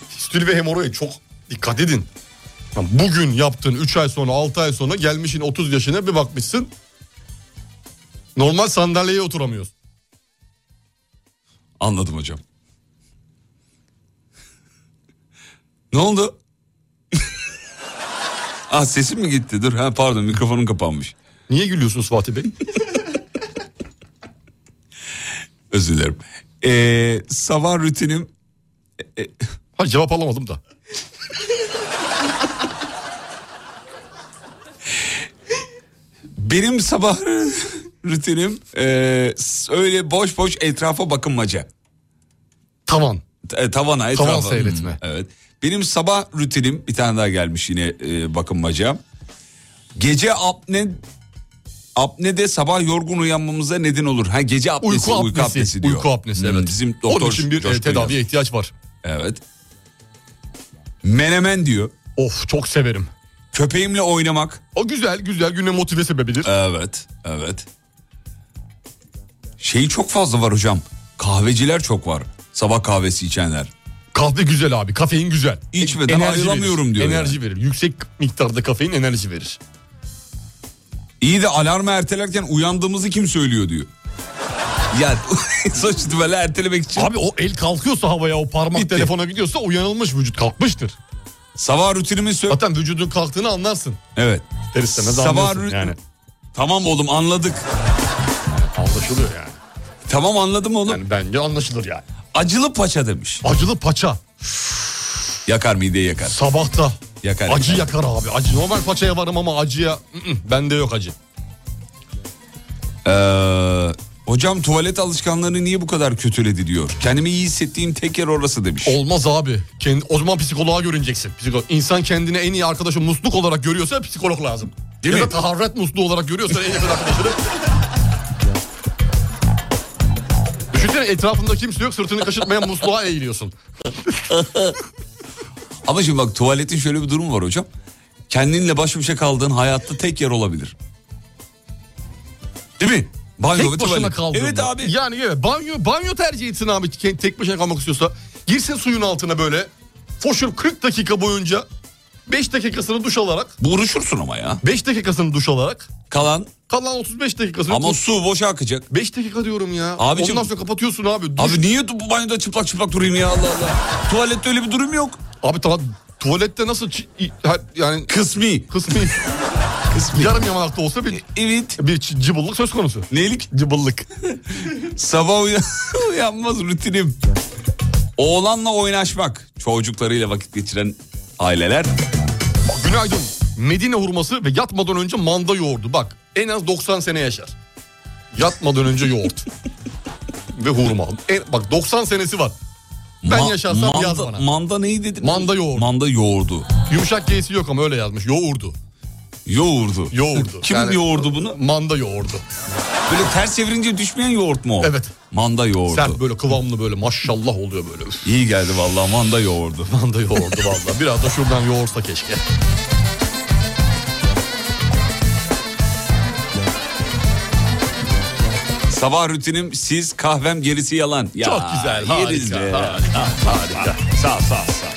S3: fistül ve hemoroid çok dikkat edin. Lan Bugün yaptığın 3 ay sonra 6 ay sonra gelmişin 30 yaşına bir bakmışsın. Normal sandalyeye oturamıyorsun.
S2: Anladım hocam. ne oldu? ah sesim mi gitti? Dur ha pardon mikrofonum kapanmış.
S3: Niye gülüyorsunuz Fatih Bey?
S2: Özür dilerim. Ee, sabah rutinim
S3: Ha cevap alamadım da.
S2: benim sabah rutinim ee, öyle boş boş etrafa bakınmaca.
S3: Tavan.
S2: E, tavana etrafa.
S3: Tavan seyretme.
S2: Hmm, Evet. Benim sabah rutinim bir tane daha gelmiş yine e, bakınmaca. Gece apne apnede sabah yorgun uyanmamıza neden olur. Ha gece apnesi
S3: Uyku
S2: uyku,
S3: apnesi.
S2: apnesi diyor.
S3: Uyku apnesi
S2: Hmm,
S3: evet.
S2: Bizim doktor
S3: Onun için bir e,
S2: Coşkun
S3: tedaviye
S2: Yaz.
S3: ihtiyaç var.
S2: Evet. Menemen diyor.
S3: Of çok severim.
S2: Köpeğimle oynamak.
S3: O güzel güzel güne motive sebebidir.
S2: Evet, evet. Şeyi çok fazla var hocam. Kahveciler çok var. Sabah kahvesi içenler.
S3: Kahve güzel abi. Kafein güzel.
S2: İçmeden ayrılamıyorum
S3: verir.
S2: diyor
S3: Enerji
S2: yani.
S3: verir. Yüksek miktarda kafein enerji verir.
S2: İyi de alarmı ertelerken uyandığımızı kim söylüyor diyor. Yani sonuçta böyle ertelemek için.
S3: Abi o el kalkıyorsa havaya o parmak
S2: Bitti.
S3: telefona gidiyorsa uyanılmış vücut kalkmıştır.
S2: Sabah rutinimi söyle.
S3: Zaten vücudun kalktığını anlarsın.
S2: Evet.
S3: İster istemez
S2: Sabah
S3: anlıyorsun
S2: rü-
S3: yani.
S2: Tamam oğlum anladık.
S3: Anlaşılıyor yani.
S2: Tamam anladım oğlum.
S3: Yani bence anlaşılır yani.
S2: Acılı paça demiş.
S3: Acılı paça
S2: Yakar mideyi yakar.
S3: sabahta.
S2: Yakar,
S3: acı
S2: yakar.
S3: yakar abi. Acı normal paçaya varım ama acıya ı-ı, bende yok acı.
S2: Ee, hocam tuvalet alışkanlığını niye bu kadar kötüledi diyor. Kendimi iyi hissettiğim tek yer orası demiş.
S3: Olmaz abi. Kendi, o zaman psikoloğa görüneceksin. Psikolog. İnsan kendine en iyi arkadaşı musluk olarak görüyorsa psikolog lazım.
S2: Değil
S3: ya
S2: mi?
S3: da taharret musluğu olarak görüyorsan en yakın arkadaşını. Düşünsene etrafında kimse yok sırtını kaşıtmaya musluğa eğiliyorsun.
S2: Ama şimdi bak tuvaletin şöyle bir durumu var hocam. Kendinle baş başa kaldığın hayatta tek yer olabilir. Değil mi? Banyo
S3: Tek
S2: ve
S3: başına
S2: tuvalet.
S3: kaldın.
S2: Evet
S3: mı?
S2: abi.
S3: Yani evet banyo banyo tercih etsin abi Ke- tek başına kalmak istiyorsa. Girsin suyun altına böyle. Foşur 40 dakika boyunca 5 dakikasını duş alarak
S2: Bu Uğraşırsın ama ya.
S3: 5 dakikasını duş alarak
S2: Kalan
S3: kalan 35 dakikasını
S2: ama su boşa akacak.
S3: 5 dakika diyorum ya.
S2: Abicim-
S3: Ondan sonra kapatıyorsun abi. Duş-
S2: Abi niye bu banyoda çıplak çıplak durayım ya Allah Allah. Tuvalette öyle bir durum yok.
S3: Abi ta- tuvalette nasıl çi- i- ha- yani
S2: Kısmi.
S3: kısmi yarım yamalakta olsa bir
S2: Evet.
S3: bir çi- cıbıllık söz konusu.
S2: Nelik?
S3: Cıbıllık.
S2: Sabah uyan uyanmaz rutinim. Oğlanla oynaşmak. Çocuklarıyla vakit geçiren aileler.
S3: Oh, Günaydın. Medine hurması ve yatmadan önce manda yoğurdu. Bak en az 90 sene yaşar. Yatmadan önce yoğurt. ve hurma. E, bak 90 senesi var. Ben
S2: Ma-
S3: yaşarsam
S2: manda,
S3: yaz bana.
S2: Manda neyi dedin?
S3: Manda yoğurdu.
S2: Manda yoğurdu.
S3: Yumuşak G'si yok ama öyle yazmış. Yoğurdu.
S2: Yoğurdu.
S3: Yoğurdu.
S2: Kim
S3: Yani-
S2: yoğurdu bunu?
S3: Manda yoğurdu.
S2: Böyle ters çevirince düşmeyen yoğurt mu o?
S3: Evet.
S2: Manda yoğurdu.
S3: Sert böyle kıvamlı böyle maşallah oluyor böyle. Üf,
S2: İyi geldi vallahi manda yoğurdu.
S3: Manda yoğurdu valla. Biraz da şuradan yoğursa keşke.
S2: Sabah rutinim siz kahvem gerisi yalan. Ya,
S3: Çok güzel.
S2: yeriz
S3: Harika.
S2: be.
S3: Harika. Harika.
S2: Sağ ol, sağ ol, sağ ol.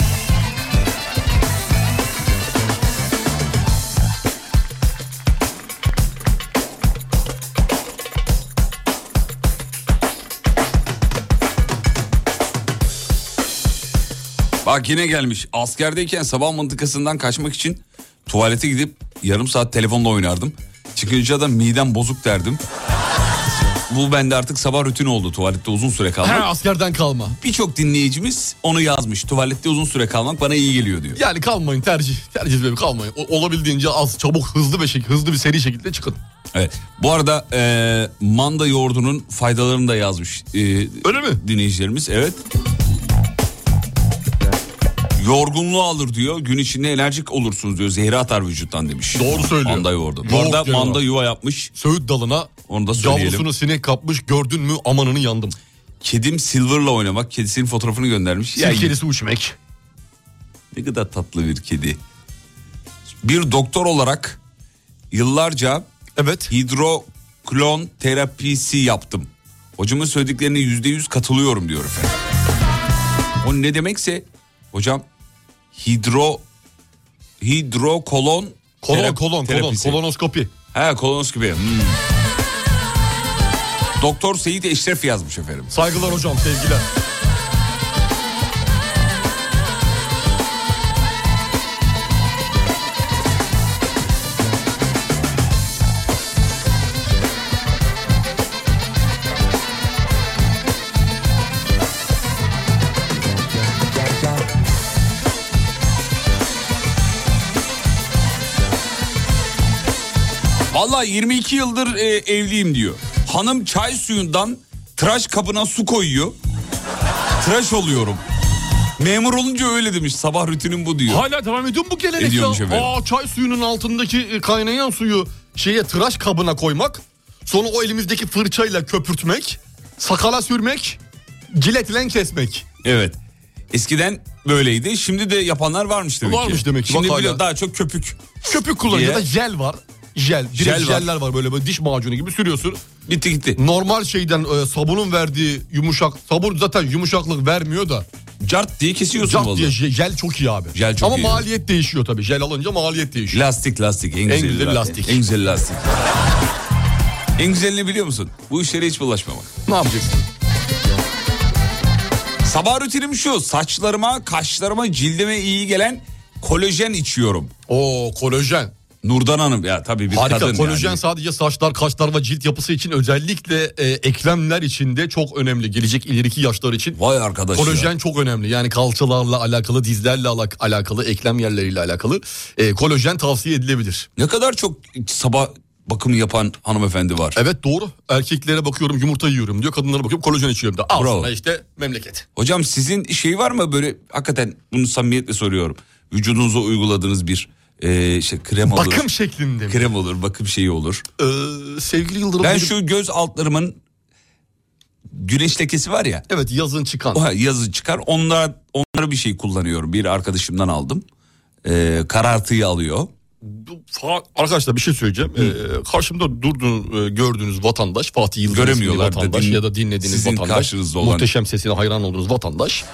S2: Bak yine gelmiş. Askerdeyken sabah mıntıkasından kaçmak için tuvalete gidip yarım saat telefonla oynardım. Çıkınca da midem bozuk derdim. Bu bende artık sabah rutini oldu. Tuvalette uzun süre kalmak.
S3: Ha, askerden kalma.
S2: Birçok dinleyicimiz onu yazmış. Tuvalette uzun süre kalmak bana iyi geliyor diyor.
S3: Yani kalmayın tercih. Tercih böyle kalmayın. O- olabildiğince az çabuk hızlı bir şekilde hızlı bir seri şekilde çıkın.
S2: Evet. Bu arada e, manda yoğurdunun faydalarını da yazmış e,
S3: Öyle mi?
S2: dinleyicilerimiz. Evet. Yorgunluğu alır diyor. Gün içinde enerjik olursunuz diyor. Zehri atar vücuttan demiş.
S3: Doğru söylüyor.
S2: Manda yoğurdu. Bu
S3: Yoğurt
S2: arada
S3: genel
S2: manda
S3: olarak.
S2: yuva yapmış.
S3: Söğüt dalına
S2: Onu da söyleyelim.
S3: yavrusunu sinek kapmış gördün mü amanını yandım.
S2: Kedim Silver'la oynamak. Kedisinin fotoğrafını göndermiş. Ya
S3: Silkelisi uçmak.
S2: Ne kadar tatlı bir kedi. Bir doktor olarak yıllarca
S3: Evet.
S2: hidroklon terapisi yaptım. Hocamın söylediklerine yüzde yüz katılıyorum diyor efendim. O ne demekse hocam hidro hidrokolon
S3: Kolon
S2: tera-
S3: kolon kolon
S2: terapisi.
S3: kolonoskopi.
S2: He kolonoskopi. Hmm. Doktor Seyit Eşref yazmış efendim.
S3: Saygılar hocam sevgiler.
S2: Valla 22 yıldır e, evliyim diyor. Hanım çay suyundan tıraş kabına su koyuyor. Tıraş oluyorum. Memur olunca öyle demiş. Sabah rutinim bu diyor.
S3: Hala devam ediyor mu bu gelenek ya?
S2: Ediyormuş efendim.
S3: Aa, çay suyunun altındaki e, kaynayan suyu şeye tıraş kabına koymak. Sonra o elimizdeki fırçayla köpürtmek. Sakala sürmek. Ciletle kesmek.
S2: Evet. Eskiden böyleydi. Şimdi de yapanlar varmış demek ki.
S3: Varmış demek ki.
S2: Şimdi
S3: Bak
S2: biliyor
S3: hala.
S2: daha çok köpük.
S3: Köpük kullanıyor
S2: Diye.
S3: da jel var. Jel. Direkt
S2: Jel var.
S3: jeller var. böyle böyle diş macunu gibi sürüyorsun.
S2: Bitti gitti.
S3: Normal şeyden e, sabunun verdiği yumuşak sabun zaten yumuşaklık vermiyor da
S2: Cart diye kesiyorsun
S3: cart
S2: vallahi.
S3: diye je- jel çok iyi abi.
S2: Jel çok
S3: Ama
S2: iyi.
S3: maliyet değişiyor tabii. Jel alınca maliyet değişiyor.
S2: Lastik lastik. En, güzeli
S3: güzeli
S2: lastik.
S3: lastik.
S2: En güzeli lastik. en güzelini biliyor musun? Bu işlere hiç bulaşmamak.
S3: ne yapacaksın?
S2: Sabah rutinim şu. Saçlarıma, kaşlarıma, cildime iyi gelen kolajen içiyorum.
S3: Oo kolajen.
S2: Nurdan Hanım ya tabii bir
S3: Harika
S2: kadın
S3: kolajen
S2: yani.
S3: sadece saçlar, kaşlar ve cilt yapısı için özellikle e, eklemler için de çok önemli. Gelecek ileriki yaşlar için
S2: Vay arkadaş
S3: kolajen
S2: ya.
S3: çok önemli. Yani kalçalarla alakalı, dizlerle alak- alakalı, eklem yerleriyle alakalı e, kolajen tavsiye edilebilir.
S2: Ne kadar çok sabah bakımı yapan hanımefendi var.
S3: Evet doğru. Erkeklere bakıyorum yumurta yiyorum diyor. Kadınlara bakıyorum kolajen içiyorum da. Al
S2: Bravo.
S3: sana işte memleket.
S2: Hocam sizin şey var mı böyle hakikaten bunu samimiyetle soruyorum. Vücudunuza uyguladığınız bir e, işte krem olur.
S3: Bakım şeklinde mi?
S2: Krem olur, bakım şeyi olur.
S3: Ee, sevgili Yıldırım.
S2: Ben
S3: benim-
S2: şu göz altlarımın güneş lekesi var ya.
S3: Evet yazın çıkan.
S2: o yazı çıkar. Onlar onlara bir şey kullanıyorum. Bir arkadaşımdan aldım. E, karartıyı alıyor.
S3: Bu fa- Arkadaşlar bir şey söyleyeceğim. Ee, karşımda durduğun e, gördüğünüz vatandaş Fatih Yıldırım
S2: Göremiyorlar
S3: ismini vatandaş
S2: da din-
S3: ya da dinlediğiniz
S2: sizin
S3: vatandaş.
S2: karşınızda olan-
S3: Muhteşem sesine hayran olduğunuz vatandaş.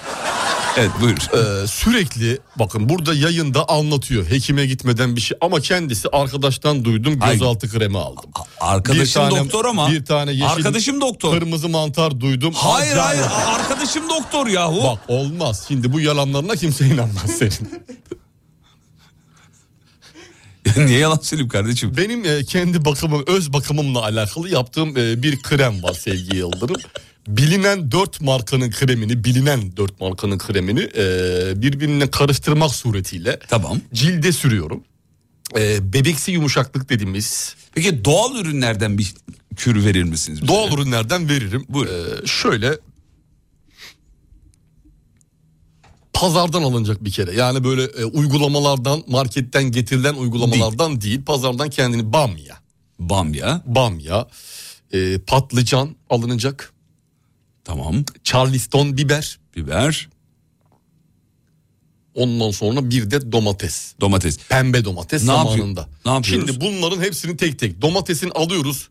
S2: Evet buyur.
S3: e, sürekli bakın burada yayında anlatıyor. Hekime gitmeden bir şey ama kendisi arkadaştan duydum
S2: Ay.
S3: gözaltı kremi aldım.
S2: Arkadaşım
S3: Bir tane-
S2: doktor ama.
S3: bir tane yeşil-
S2: Arkadaşım doktor.
S3: Kırmızı mantar duydum.
S2: Hayır hayır
S3: Acayip.
S2: arkadaşım doktor yahu.
S3: Bak olmaz. Şimdi bu yalanlarına kimse inanmaz senin.
S2: Niye yalan söyleyeyim kardeşim?
S3: Benim e, kendi bakımım, öz bakımımla alakalı yaptığım e, bir krem var sevgili Yıldırım. Bilinen dört markanın kremini, bilinen dört markanın kremini e, birbirine karıştırmak suretiyle
S2: Tamam.
S3: cilde sürüyorum. E, bebeksi yumuşaklık dediğimiz
S2: Peki doğal ürünlerden bir kür verir misiniz? bize?
S3: doğal Ee, ürünlerden veririm.
S2: Buyur.
S3: E, şöyle pazardan alınacak bir kere. Yani böyle e, uygulamalardan, marketten getirilen uygulamalardan değil. Pazardan kendini bamya,
S2: Bamya.
S3: bamya, e, patlıcan alınacak.
S2: Tamam.
S3: Charleston biber.
S2: Biber.
S3: Ondan sonra bir de domates.
S2: Domates.
S3: Pembe domates
S2: Ne yapıyor-
S3: zamanında.
S2: ne yapıyoruz?
S3: Şimdi bunların hepsini tek tek domatesin alıyoruz.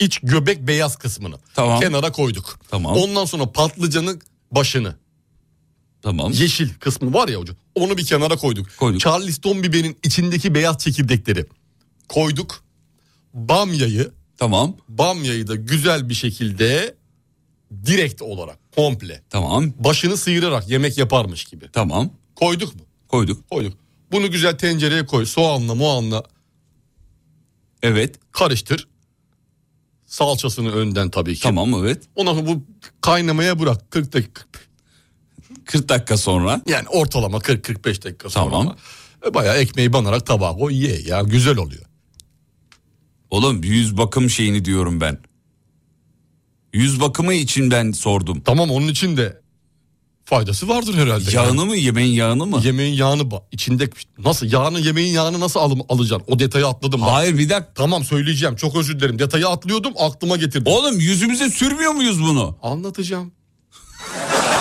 S3: iç göbek beyaz kısmını.
S2: Tamam.
S3: Kenara koyduk.
S2: Tamam.
S3: Ondan sonra patlıcanın başını.
S2: Tamam.
S3: Yeşil kısmı var ya hocam. Onu bir kenara koyduk.
S2: Koyduk.
S3: Charleston biberin içindeki beyaz çekirdekleri koyduk. Bamyayı,
S2: Tamam.
S3: bamyayı da güzel bir şekilde direkt olarak komple
S2: Tamam.
S3: başını sıyırarak yemek yaparmış gibi.
S2: Tamam.
S3: Koyduk mu?
S2: Koyduk.
S3: Koyduk. Bunu güzel tencereye koy. Soğanla, muanla
S2: Evet.
S3: karıştır. Salçasını önden tabii ki.
S2: Tamam evet.
S3: Ondan sonra bu kaynamaya bırak 40 dakika.
S2: 40 dakika sonra.
S3: Yani ortalama 40-45 dakika sonra.
S2: Tamam.
S3: Tamam. Bayağı ekmeği banarak tabağa koy ye ya güzel oluyor.
S2: Oğlum yüz bakım şeyini diyorum ben. Yüz bakımı için ben sordum.
S3: Tamam onun için de faydası vardır herhalde. Yani
S2: Yağını mı yemeğin yağını mı?
S3: yemeğin yağını ba- içinde nasıl yağını yemeğin yağını nasıl alım, alacaksın? O detayı atladım. bak.
S2: Hayır bir dakika.
S3: Tamam söyleyeceğim çok özür dilerim detayı atlıyordum aklıma getirdim.
S2: Oğlum yüzümüze sürmüyor muyuz bunu?
S3: Anlatacağım.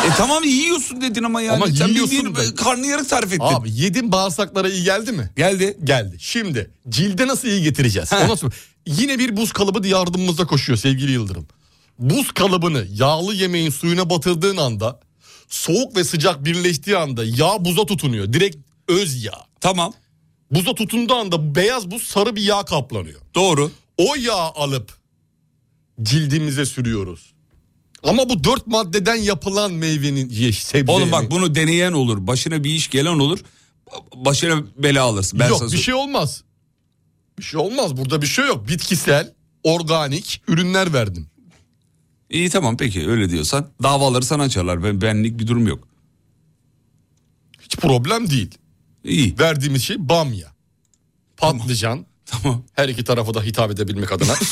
S2: E tamam yiyorsun dedin ama yani.
S3: Ama
S2: Sen
S3: yiyorsun
S2: bildiğin
S3: da-
S2: karnıyarık tarif ettin.
S3: Abi yedim bağırsaklara iyi geldi mi?
S2: Geldi.
S3: geldi. Şimdi cilde nasıl iyi getireceğiz?
S2: Heh.
S3: Ona sor- Yine bir buz kalıbı yardımımıza koşuyor sevgili Yıldırım. Buz kalıbını yağlı yemeğin suyuna batırdığın anda soğuk ve sıcak birleştiği anda yağ buza tutunuyor. Direkt öz yağ.
S2: Tamam.
S3: Buza tutunduğu anda beyaz buz sarı bir yağ kaplanıyor.
S2: Doğru.
S3: O yağı alıp cildimize sürüyoruz. Ama bu dört maddeden yapılan meyvenin ye- sebzenin.
S2: Oğlum bak bunu deneyen olur. Başına bir iş gelen olur. Başına bela alırsın. Ben
S3: yok
S2: sana
S3: bir
S2: söyleyeyim.
S3: şey olmaz. Bir şey olmaz. Burada bir şey yok. Bitkisel, organik ürünler verdim.
S2: İyi tamam peki öyle diyorsan. Davaları sana açarlar. Ben, benlik bir durum yok.
S3: Hiç problem değil.
S2: İyi.
S3: Verdiğimiz şey bamya. Patlıcan.
S2: Tamam.
S3: Her iki tarafa da hitap edebilmek adına.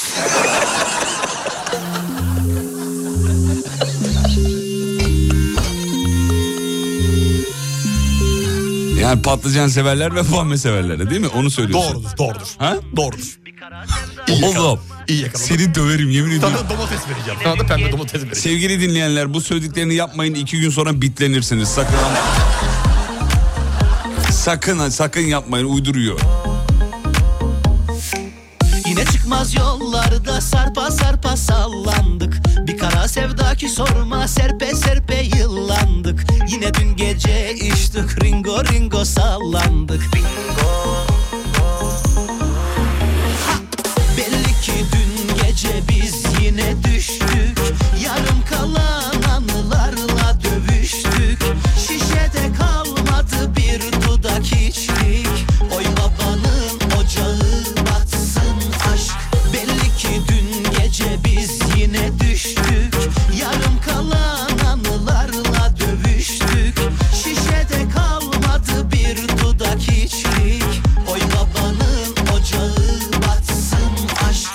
S2: Yani patlıcan severler ve bamya severler değil mi? Onu söylüyorsun.
S3: doğrudur, doğrudur.
S2: Ha?
S3: Doğrudur.
S2: Oğlum.
S3: İyi yakaladım.
S2: Seni döverim yemin ediyorum.
S3: Sana domates vereceğim. Sana da pembe domates vereceğim.
S2: Sevgili dinleyenler bu söylediklerini yapmayın. iki gün sonra bitlenirsiniz. Sakın ama. Sakın sakın yapmayın uyduruyor.
S13: Yine çıkmaz yollarda sarpa sarpa sallandık Bir kara sevda ki sorma serpe serpe yıllandık Yine dün gece içtik ringo ringo sallandık Ha! Belli ki dün gece biz yine düştük Yarım kalan anılarla dövüştük Şişede kalmadı bir dudak içtik Oy babanın ocağı batsın aşk Belli ki dün gece biz yine düştük Yarım kalan anılarla dövüştük Şişede kalmadı bir dudak içtik Oy babanın ocağı batsın aşk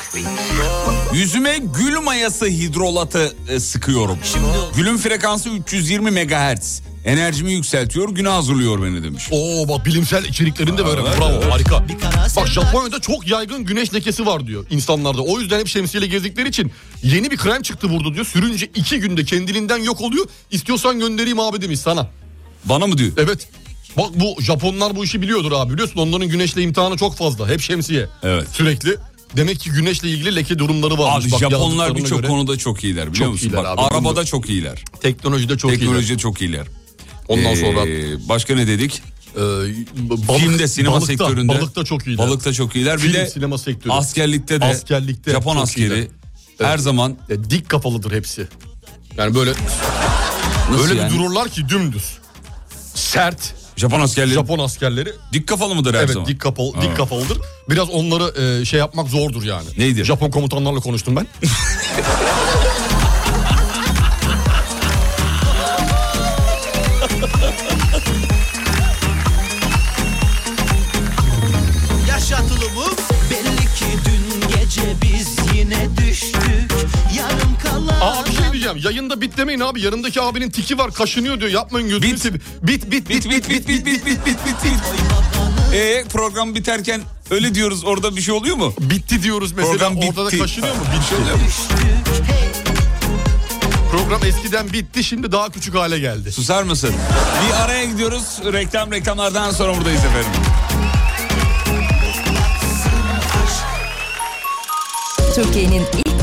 S2: Yüzüme gül mayası hidrolatı e, sıkıyorum. Gülün frekansı 320 MHz. Enerjimi yükseltiyor, güne hazırlıyor beni demiş.
S3: Oo bak bilimsel içeriklerinde böyle. Bravo harika. Bak Japonya'da çok yaygın güneş lekesi var diyor insanlarda. O yüzden hep şemsiyeyle gezdikleri için yeni bir krem çıktı burada diyor. Sürünce iki günde kendiliğinden yok oluyor. İstiyorsan göndereyim abi demiş sana.
S2: Bana mı diyor?
S3: Evet. Bak bu Japonlar bu işi biliyordur abi biliyorsun onların güneşle imtihanı çok fazla. Hep şemsiye.
S2: Evet.
S3: Sürekli. Demek ki güneşle ilgili leke durumları varmış.
S2: Abi
S3: Bak
S2: Japonlar
S3: yazdıklarına
S2: birçok
S3: göre
S2: konuda çok iyiler biliyor
S3: Çok
S2: musun?
S3: iyiler
S2: Bak,
S3: abi,
S2: arabada
S3: bunda-
S2: çok iyiler.
S3: Teknolojide çok
S2: Teknolojide çok iyiler.
S3: Ondan
S2: Ee,
S3: sonra
S2: başka ne dedik?
S3: e, balık-
S2: Filmde, sinema
S3: balıkta,
S2: sektöründe.
S3: Balıkta çok iyiler.
S2: Balıkta çok iyiler.
S3: Film,
S2: bir de
S3: sinema sektörü.
S2: askerlikte de
S3: Askerlikte
S2: Japon
S3: çok
S2: askeri
S3: iyiler.
S2: her zaman
S3: E, dik kafalıdır hepsi. Yani böyle
S2: nasıl
S3: öyle
S2: yani?
S3: bir dururlar ki dümdüz. Sert
S2: Japon askerleri
S3: Japon askerleri
S2: dik kafalı mıdır her
S3: evet
S2: zaman?
S3: dik kapalı dik kafalıdır. Biraz onları e, şey yapmak zordur yani.
S2: Neydi?
S3: Japon komutanlarla konuştum ben.
S13: Yaşatılımı belli ki dün gece biz yine düştük Yarım kalan
S3: Aa bir şey diyeceğim. diyeceğim. Yayında bit demeyin abi. Yanındaki abinin tiki var kaşınıyor diyor. Yapmayın gözünü
S2: Bit.
S3: seveyim. Bit bit bit.
S2: Bit bit bit bit bit bit bit bit bit. Ee, program biterken öyle diyoruz orada bir şey oluyor mu?
S3: Bitti diyoruz mesela.
S2: Program
S3: Orada da
S2: bitti.
S3: kaşınıyor mu? Bitti.
S2: Oluyor mu?
S3: Program eskiden bitti şimdi daha küçük hale geldi.
S2: Susar mısın? Bir araya gidiyoruz. Reklam reklamlardan sonra buradayız efendim.
S4: Türkiye'nin ilk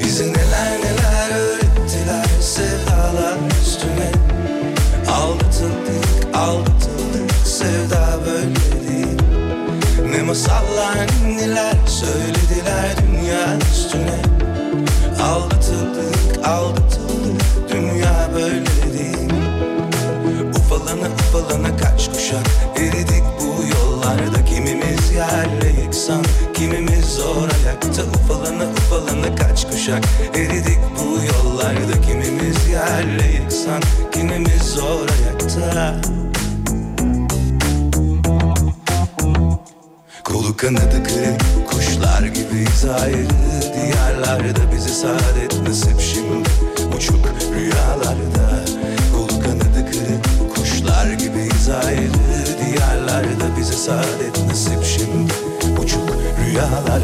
S14: Bizi neler neler öğrettiler sevdalar üstüne Aldatıldık aldatıldık sevda böyle değil Ne masallar neler söylediler dünya üstüne Aldatıldık aldatıldık dünya böyle değil Ufalana ufalana kaç kuşak eridik bu yollarda Kimimiz yerle yeksan kimimiz zor ayakta Ufalana ufalana kaç kuşak eridik bu yollarda Kimimiz yerle yeksan kimimiz zor ayakta Kolu kanadı kırık kuşlar gibiyiz ayrı Diyarlarda bizi saadet nasip şimdi uçuk rüyalarda Kolu kanadı kırık kuşlar gibiyiz ayrı Diyarlarda bizi saadet nasip şimdi uçuk rüyalarda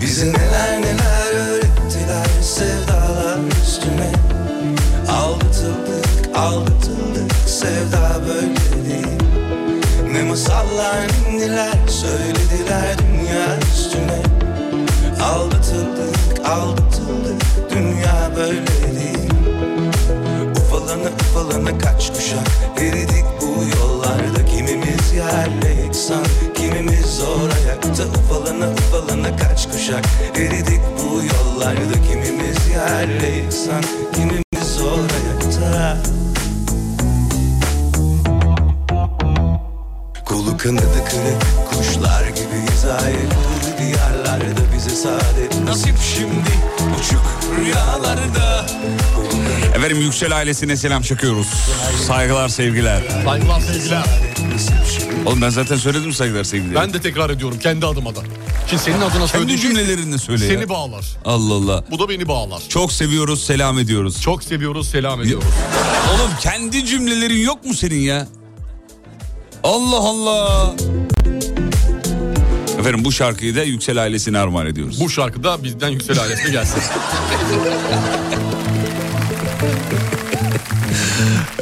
S14: Bizi neler neler öğrettiler sevdalar üstüne Aldatıldık aldatıldık sevda böyle değil Ne masallar neler söylediler dünya üstüne Aldatıldık aldatıldık dünya böyle değil Ufalana ufalana kaç kuşak eridik bu yollarda Kimimiz yerle yeksan kimimiz zor ayakta Ufalana ufalana kaç kuşak eridik bu yollarda Kimimiz yerle yeksan kimimiz zor ayakta Kolu kanadı kırık kuşlar gibiyiz ayrı Diyarlarda bize saadet nasip şimdi Uçuk rüyalarda
S2: Efendim Yüksel ailesine selam çakıyoruz. Saygılar sevgiler.
S3: Saygılar sevgiler.
S2: Oğlum ben zaten söyledim saygılar sevgiler.
S3: Ben de tekrar ediyorum kendi adıma da. Şimdi senin adına
S2: kendi
S3: söylediğim şey
S2: cümlelerini söyle ya.
S3: seni bağlar.
S2: Allah Allah.
S3: Bu da beni bağlar.
S2: Çok seviyoruz selam ediyoruz.
S3: Çok seviyoruz selam ediyoruz.
S2: Oğlum kendi cümlelerin yok mu senin ya? Allah Allah. Efendim bu şarkıyı da Yüksel ailesine armağan ediyoruz.
S3: Bu şarkıda bizden yüksel ailesine gelsin.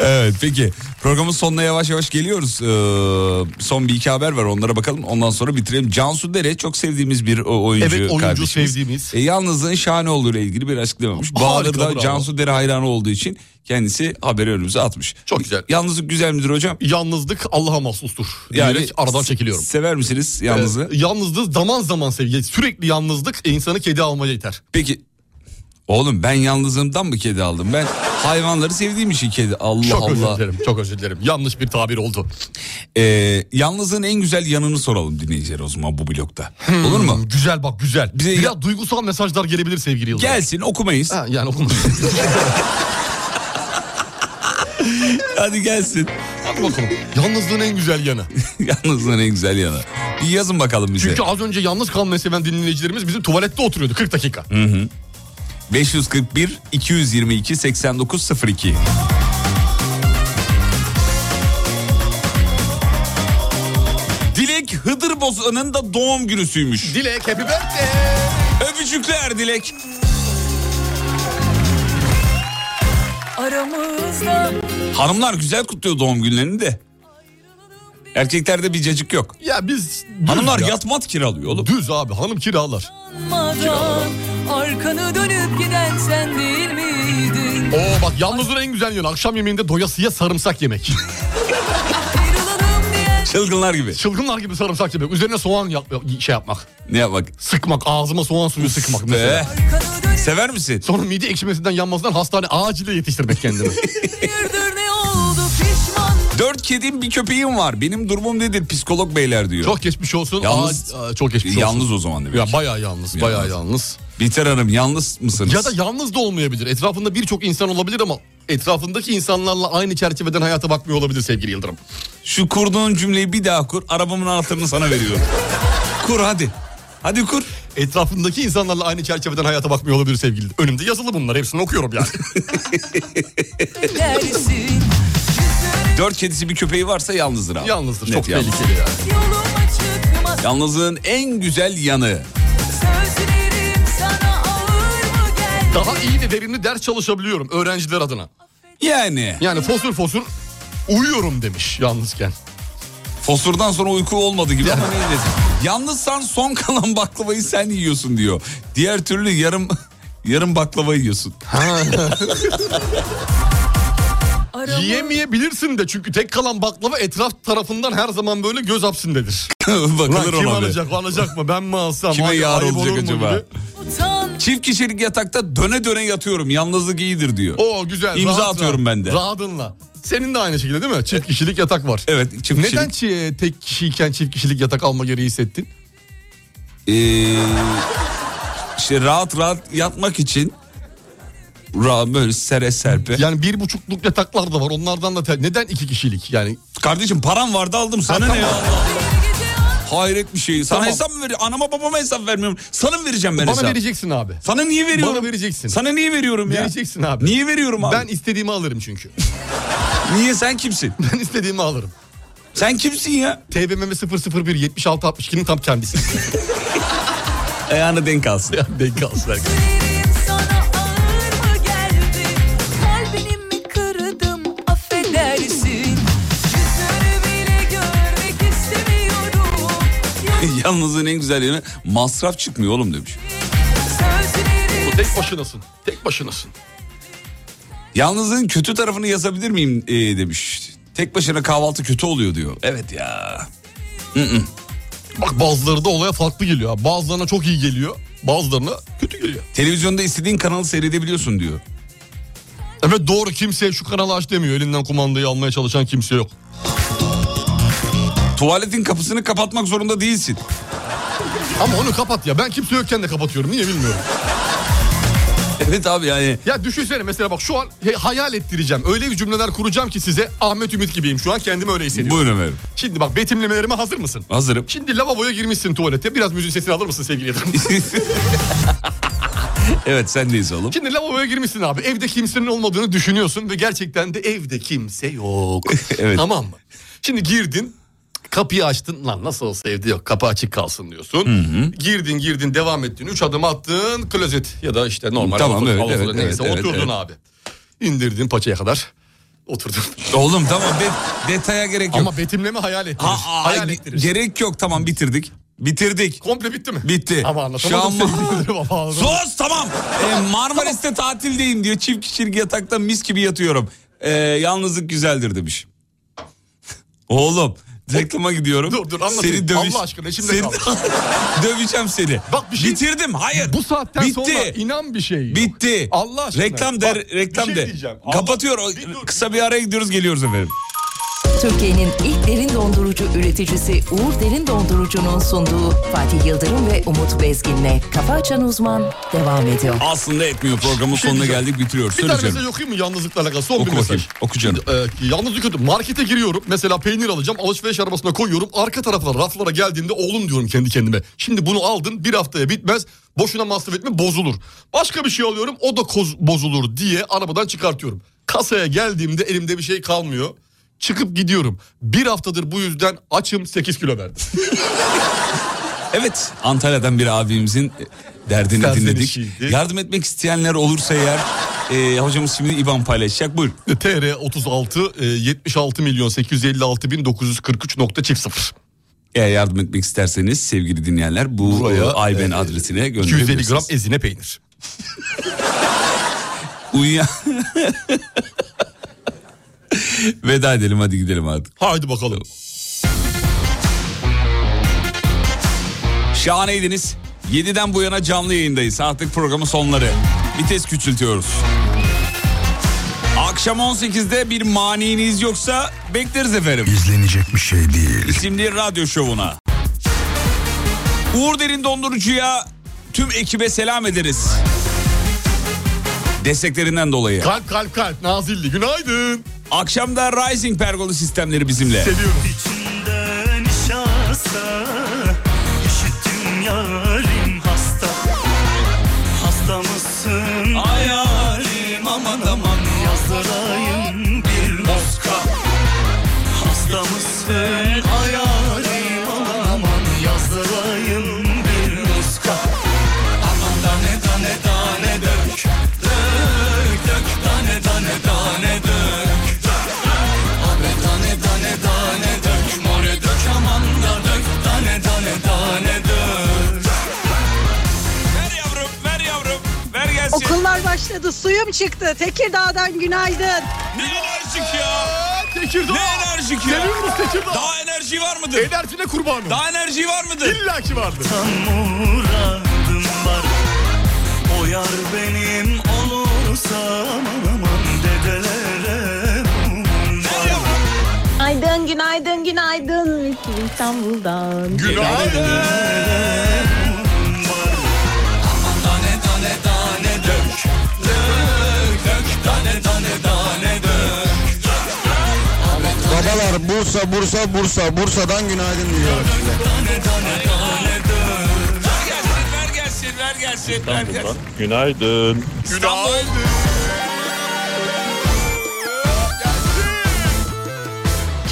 S2: Evet peki programın sonuna yavaş yavaş geliyoruz. Ee, son bir iki haber var onlara bakalım ondan sonra bitirelim. Cansu Dere çok sevdiğimiz bir o- oyuncu
S3: Evet, oyuncu
S2: kardeşimiz.
S3: sevdiğimiz.
S2: E, yalnızlığın şahane olduğu ile ilgili bir açıklamamış.
S3: Harika,
S2: Bahadır da
S3: bravo.
S2: Cansu Dere hayranı olduğu için kendisi haberi önümüze atmış.
S3: Çok güzel.
S2: Yalnızlık güzel midir hocam?
S3: Yalnızlık Allah'a mahsustur. Yani aradan çekiliyorum.
S2: Sever misiniz yalnızlığı?
S3: Ee, yalnızlığı zaman zaman sevgi. Sürekli Ee, yalnızlık insanı kedi almaya iter.
S2: Peki oğlum ben yalnızlığımdan mı kedi aldım? Ben hayvanları sevdiğim için kedi. Allah
S3: Çok özür
S2: Allah.
S3: dilerim. Çok özür dilerim. Yanlış bir tabir oldu.
S2: Ee, yalnızlığın en güzel yanını soralım dinleyicilere o zaman bu blokta. Olur mu?
S3: Hmm, Güzel bak güzel.
S2: Bize-
S3: Biraz duygusal mesajlar gelebilir sevgili Yıldırım.
S2: Gelsin okumayız.
S3: Ha, yani okumuş.
S2: Hadi gelsin.
S3: Hadi bakalım. Yalnızlığın en güzel yanı.
S2: Yalnızlığın en güzel yanı. Bir yazın bakalım bize.
S3: Çünkü az önce yalnız kalmayı seven dinleyicilerimiz bizim tuvalette oturuyordu 40 dakika.
S2: 541 222 8902. Dilek Hıdırbozan'ın da doğum günüsüymüş.
S3: Dilek happy birthday.
S2: Öpücükler Dilek.
S15: Aramızda
S2: Hanımlar güzel kutluyor doğum günlerini de. Erkeklerde bir cacık yok.
S3: Ya biz düz
S2: Hanımlar
S3: ya.
S2: yatmat kiralıyor oğlum.
S3: Düz abi hanım kiralar.
S6: Madan arkanı dönüp giden sen değil miydin?
S3: Oo bak yalnızlığın en güzel yönü akşam yemeğinde doyasıya sarımsak yemek.
S6: Ayrılalım diye
S2: Çılgınlar gibi.
S3: Çılgınlar gibi sarımsak yemek. Üzerine soğan yap- şey yapmak.
S2: Ne yapmak?
S3: Sıkmak ağzıma soğan suyu sıkmak mesela.
S2: Be. Sever misin?
S3: Sonra mide ekşimesinden yanmasından hastane acile yetiştirmek kendini.
S6: hayırdır ne oldu pişman
S2: Dört kedim bir köpeğim var. Benim durumum nedir psikolog beyler diyor.
S3: çok geçmiş olsun.
S2: Yalnız-
S3: Aa, aa, çok geçmiş olsun.
S2: Yalnız o zaman demek.
S3: Ya bayağı yalnız, bayağı yalnız.
S2: Biter Hanım yalnız mısınız?
S3: Ya da yalnız da olmayabilir. Etrafında birçok insan olabilir ama etrafındaki insanlarla aynı çerçeveden hayata bakmıyor olabilir sevgili Yıldırım.
S2: Şu kurduğun cümleyi bir daha kur. Arabamın anahtarını sana veriyorum. kur hadi. Hadi kur.
S3: Etrafındaki insanlarla aynı çerçeveden hayata bakmıyor olabilir sevgili. Önümde yazılı bunlar hepsini okuyorum yani.
S6: dersin?
S2: Dört kedisi bir köpeği varsa yalnızdır abi.
S3: Yalnızdır
S2: Net
S3: çok
S2: yalnız.
S3: tehlikeli yani.
S6: Yoluma çıkma
S2: Yalnızlığın en güzel yanı.
S6: sözlerim sana ağır mı geldi?
S3: Daha iyi ve verimli ders çalışabiliyorum öğrenciler adına.
S2: Yani
S3: Yani fosur fosur uyuyorum demiş yalnızken.
S2: fosurdan sonra uyku olmadı gibi ama neyse. Yalnızsan son kalan baklavayı sen yiyorsun diyor. Diğer türlü yarım yarım baklava yiyorsun.
S6: Aramı
S3: Yiyemeyebilirsin de çünkü tek kalan baklava etraf tarafından her zaman böyle göz hapsindedir. Lan
S2: Bakılır ona.
S3: kim
S2: be.
S3: alacak alacak mı ben mi alsam?
S2: Kime
S3: Ay-
S2: yar
S3: ayıp
S2: olacak
S3: olur mu
S2: acaba?
S3: gibi.
S6: utan
S2: Çift kişilik yatakta döne döne yatıyorum. Yalnızlık iyidir diyor.
S3: Oo güzel.
S2: İmza
S3: rahat
S2: atıyorum
S3: rahat.
S2: ben de.
S3: Rahatınla. Senin de aynı şekilde değil mi? Çift kişilik yatak var.
S2: Evet çift
S3: Neden
S2: kişilik.
S3: çi- tek kişiyken çift kişilik yatak alma gereği hissettin?
S2: Ee, işte rahat rahat yatmak için rahat böyle sere serpe.
S3: Yani bir buçukluk yataklar da var. Onlardan da te- neden iki kişilik? Yani
S2: Kardeşim param vardı aldım sana ne ya? Hayret bir şey. Sana
S3: Tamam.
S2: hesap mı veriyorum? Anama babama hesap vermiyorum. Sana mı vereceğim ben
S3: bana
S2: hesap?
S3: vereceksin abi.
S2: Sana niye veriyorum?
S3: Bana vereceksin.
S2: Sana niye veriyorum ya?
S3: Vereceksin abi.
S2: Niye veriyorum abi?
S3: Ben istediğimi alırım çünkü.
S2: Niye sen kimsin?
S3: ben istediğimi alırım.
S2: Sen kimsin ya?
S3: TBMM 001 76 62'nin tam kendisi.
S2: Ayağına E, denk alsın.
S3: Denk alsın herkes.
S6: sözlerim sana ağır mı geldi? Kalbini mi kırdım affedersin? Yüzünü bile görmek istemiyorum. Yok
S2: Yalnızın en güzel yanı masraf çıkmıyor oğlum demiş.
S6: sözlerim
S3: Tek başınasın. Tek başınasın.
S2: Yalnızlığın kötü tarafını yazabilir miyim ee, demiş. Tek başına kahvaltı kötü oluyor diyor. Evet ya.
S3: Bak bazıları da olaya farklı geliyor. abi. Bazılarına çok iyi geliyor. Bazılarına kötü geliyor.
S2: Televizyonda istediğin kanalı seyredebiliyorsun diyor.
S3: Evet doğru kimseye şu kanalı aç demiyor. Elinden kumandayı almaya çalışan kimse yok.
S2: Tuvaletin kapısını kapatmak zorunda değilsin.
S3: Ama onu kapat ya. Ben kimse yokken de kapatıyorum. Niye bilmiyorum.
S2: Evet abi yani
S3: Ya düşünsene mesela bak şu an he- hayal ettireceğim. Öyle bir cümleler kuracağım ki size Ahmet Ümit gibiyim şu an. Kendimi öyle hissediyorum.
S2: buyurun efendim.
S3: Şimdi bak betimlemelerime hazır mısın?
S2: Hazırım.
S3: Şimdi lavaboya girmişsin tuvalete. Biraz müziğin sesini alır mısın sevgili yatırım?
S2: Evet sendeyiz oğlum.
S3: Şimdi lavaboya girmişsin abi. Evde kimsenin olmadığını düşünüyorsun ve gerçekten de evde kimse yok.
S2: Evet.
S3: Tamam mı? Şimdi girdin. Kapıyı açtın lan nasıl olsa evde yok kapı açık kalsın diyorsun. Girdin girdin devam ettin. Üç adım attın klozet ya da işte normal.
S2: Tamam,
S3: havuzda,
S2: evet,
S3: havuzda
S2: evet,
S3: neyse
S2: evet, evet,
S3: oturdun
S2: evet.
S3: abi. İndirdin paçaya kadar oturdun.
S2: Oğlum tamam de- detaya gerek yok.
S3: Ama betimleme hayal ettirir.
S2: Ha, ha,
S3: hayal
S2: ay,
S3: ettirir.
S2: gerek yok tamam bitirdik. Bitirdik.
S3: Komple bitti mi?
S2: Bitti.
S3: Ama
S2: Şu an
S3: anlatamadım. sevgili Yıldırım, ama anlatamadım.
S2: Sus tamam. Ee, Marmaris'te tatildeyim diyor. Çift kişilik yatakta mis gibi yatıyorum. Ee, yalnızlık güzeldir demiş. Oğlum reklama gidiyorum.
S3: Dur, dur, anlatayım.
S2: Seni dövüş...
S3: Allah aşkına, içimde
S2: seni...
S3: kaldı.
S2: Döveceğim seni.
S3: Bak, bir şey-
S2: Bitirdim hayır.
S3: Bu saatten
S2: Bitti.
S3: sonra inan bir şey yok.
S2: Bitti.
S3: Allah aşkına.
S2: Reklam der,
S3: Bak, bir
S2: reklam
S3: şey
S2: de.
S3: diyeceğim. Allah-
S2: Kapatıyor. O-
S3: Bir dur,
S2: Kısa bir araya gidiyoruz geliyoruz efendim.
S4: Türkiye'nin ilk derin dondurucu üreticisi Uğur Derin Dondurucu'nun sunduğu Fatih Yıldırım ve Umut Bezgin'le Kafa Açan Uzman devam ediyor.
S2: Aslında etmiyor programın
S3: Bir şey
S2: sonuna
S3: diyeceğim.
S2: geldik bitiriyoruz.
S3: Bir
S2: Söyle
S3: tane
S2: canım.
S3: mesaj okuyayım mı yalnızlıkla alakalı? Son
S2: Oku
S3: bir mesaj.
S2: bakayım. Oku canım.
S3: Ee, yalnızlık kötü. Markete giriyorum. Mesela peynir alacağım. Alışveriş arabasına koyuyorum. Arka taraflara raflara geldiğimde oğlum diyorum kendi kendime. Şimdi bunu aldın bir haftaya bitmez. Boşuna masraf etme bozulur. Başka bir şey alıyorum o da koz- bozulur diye arabadan çıkartıyorum. Kasaya geldiğimde elimde bir şey kalmıyor. Çıkıp gidiyorum. Bir haftadır bu yüzden açım 8 kilo verdim.
S2: Evet Antalya'dan bir abimizin derdini
S3: Serzenişiydi.
S2: dinledik. Yardım etmek isteyenler olursa eğer Ee, hocamız şimdi IBAN paylaşacak. Buyur.
S3: TR 36 e, 76 milyon 856 bin 943 nokta çift sıfır.
S2: Eğer yardım etmek isterseniz sevgili dinleyenler bu
S3: Buraya,
S2: Buraya,
S3: e,
S2: adresine
S3: 250
S2: gönderebilirsiniz.
S3: gram ezine peynir.
S2: Uyuyan... Veda edelim hadi gidelim artık.
S3: Haydi bakalım.
S2: Şahaneydiniz. 7'den bu yana canlı yayındayız. Artık programın sonları. Vites küçültüyoruz. Akşam 18'de bir maniniz yoksa bekleriz efendim.
S8: İzlenecek bir şey değil.
S2: isimli radyo şovuna. Uğur Derin Dondurucu'ya tüm ekibe selam ederiz. Desteklerinden dolayı.
S3: Kalp kalp kalp nazilli günaydın.
S2: Akşamda Rising Pergolu sistemleri bizimle.
S3: Seviyorum.
S12: İçimden nişasta İşittim yarim hasta Hasta mısın ayarim aman aman Yazdırayım bir muska Hasta mısın ayarim aman aman Yazdırayım bir muska Aman dane dane dane dök Dök dök dane dane dane dök Abre dane dane dane dök More dök aman da dök Dane dane dane dök
S2: Ver yavrum, ver yavrum. Ver gelsin.
S10: Okullar başladı. Suyum çıktı. Tekirdağ'dan günaydın.
S2: Ne enerjik ya.
S3: Tekirdağ.
S2: Ne enerjik ya.
S3: Seviyoruz Tekirdağ.
S2: Daha enerji var mıdır?
S3: Enerjine kurbanım.
S2: Daha enerji var mıdır?
S3: İlla ki vardır.
S12: Muradım var O yar benim olursa Aman aman dedelere umum var.
S10: Günaydın, günaydın, günaydın. İstanbul'dan.
S3: Günaydın.
S12: Dane dane dane dök Dök dök Dane dane dane dök
S5: Babalar Bursa Bursa Bursa Bursa'dan günaydın diyor.
S2: Ver gelsin, ver gelsin, ver gelsin.
S12: Günaydın
S2: İstanbul.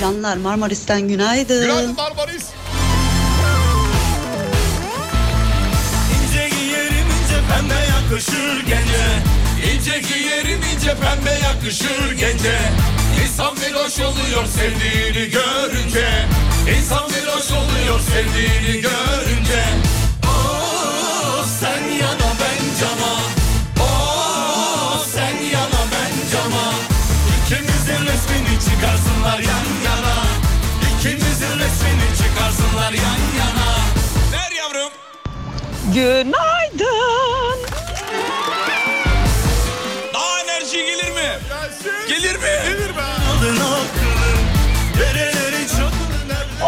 S10: Canlar Marmaris'ten günaydın.
S3: Günaydın Barbaris.
S12: İnce giyerim ince pembe yakışır gence İnce giyerim ince pembe yakışır gence İnsan bir hoş oluyor sevdiğini görünce İnsan bir hoş oluyor sevdiğini görünce Oh sen yana ben cama Oh sen yana ben cama İkimizin resmini çıkarsınlar yan yana İkimizin resmini çıkarsınlar yan yana
S2: Ver yavrum.
S10: Günaydın.
S2: Daha enerji gelir mi?
S3: Gelsin.
S2: Gelir mi?
S3: Gelir be.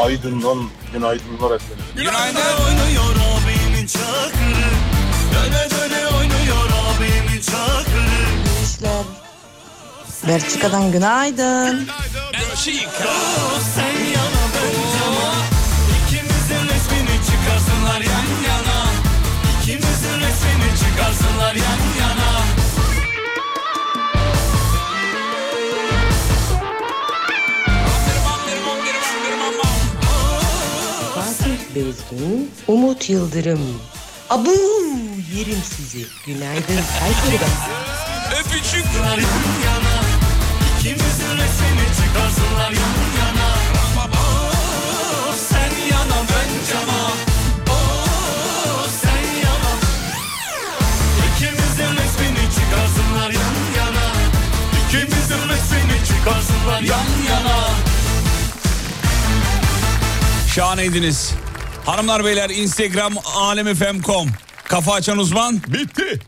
S5: Aydın'dan günaydınlar efendim.
S2: Günaydın.
S12: oynuyor abimin çakırı Döne döne oynuyor abimin çakırı
S10: Belçika'dan günaydın.
S2: Belçika.
S12: Oh sen yana ben cama İkimizin resmini çıkarsınlar yan yana İkimizin resmini çıkarsınlar yan yana
S10: Fatih Bezgin, Umut Yıldırım. Abu yerim sizi. Günaydın Kayseri'den.
S2: Öpücük.
S12: İkimizin resmini çıkarsınlar yan yana Oh sen yana ben cama Oh sen yana İkimizin resmini çıkarsınlar yan yana İkimizin resmini çıkarsınlar yan yana
S2: Şahaneydiniz. Hanımlar beyler Instagram alemifem.com. Kafa açan uzman
S3: Bitti.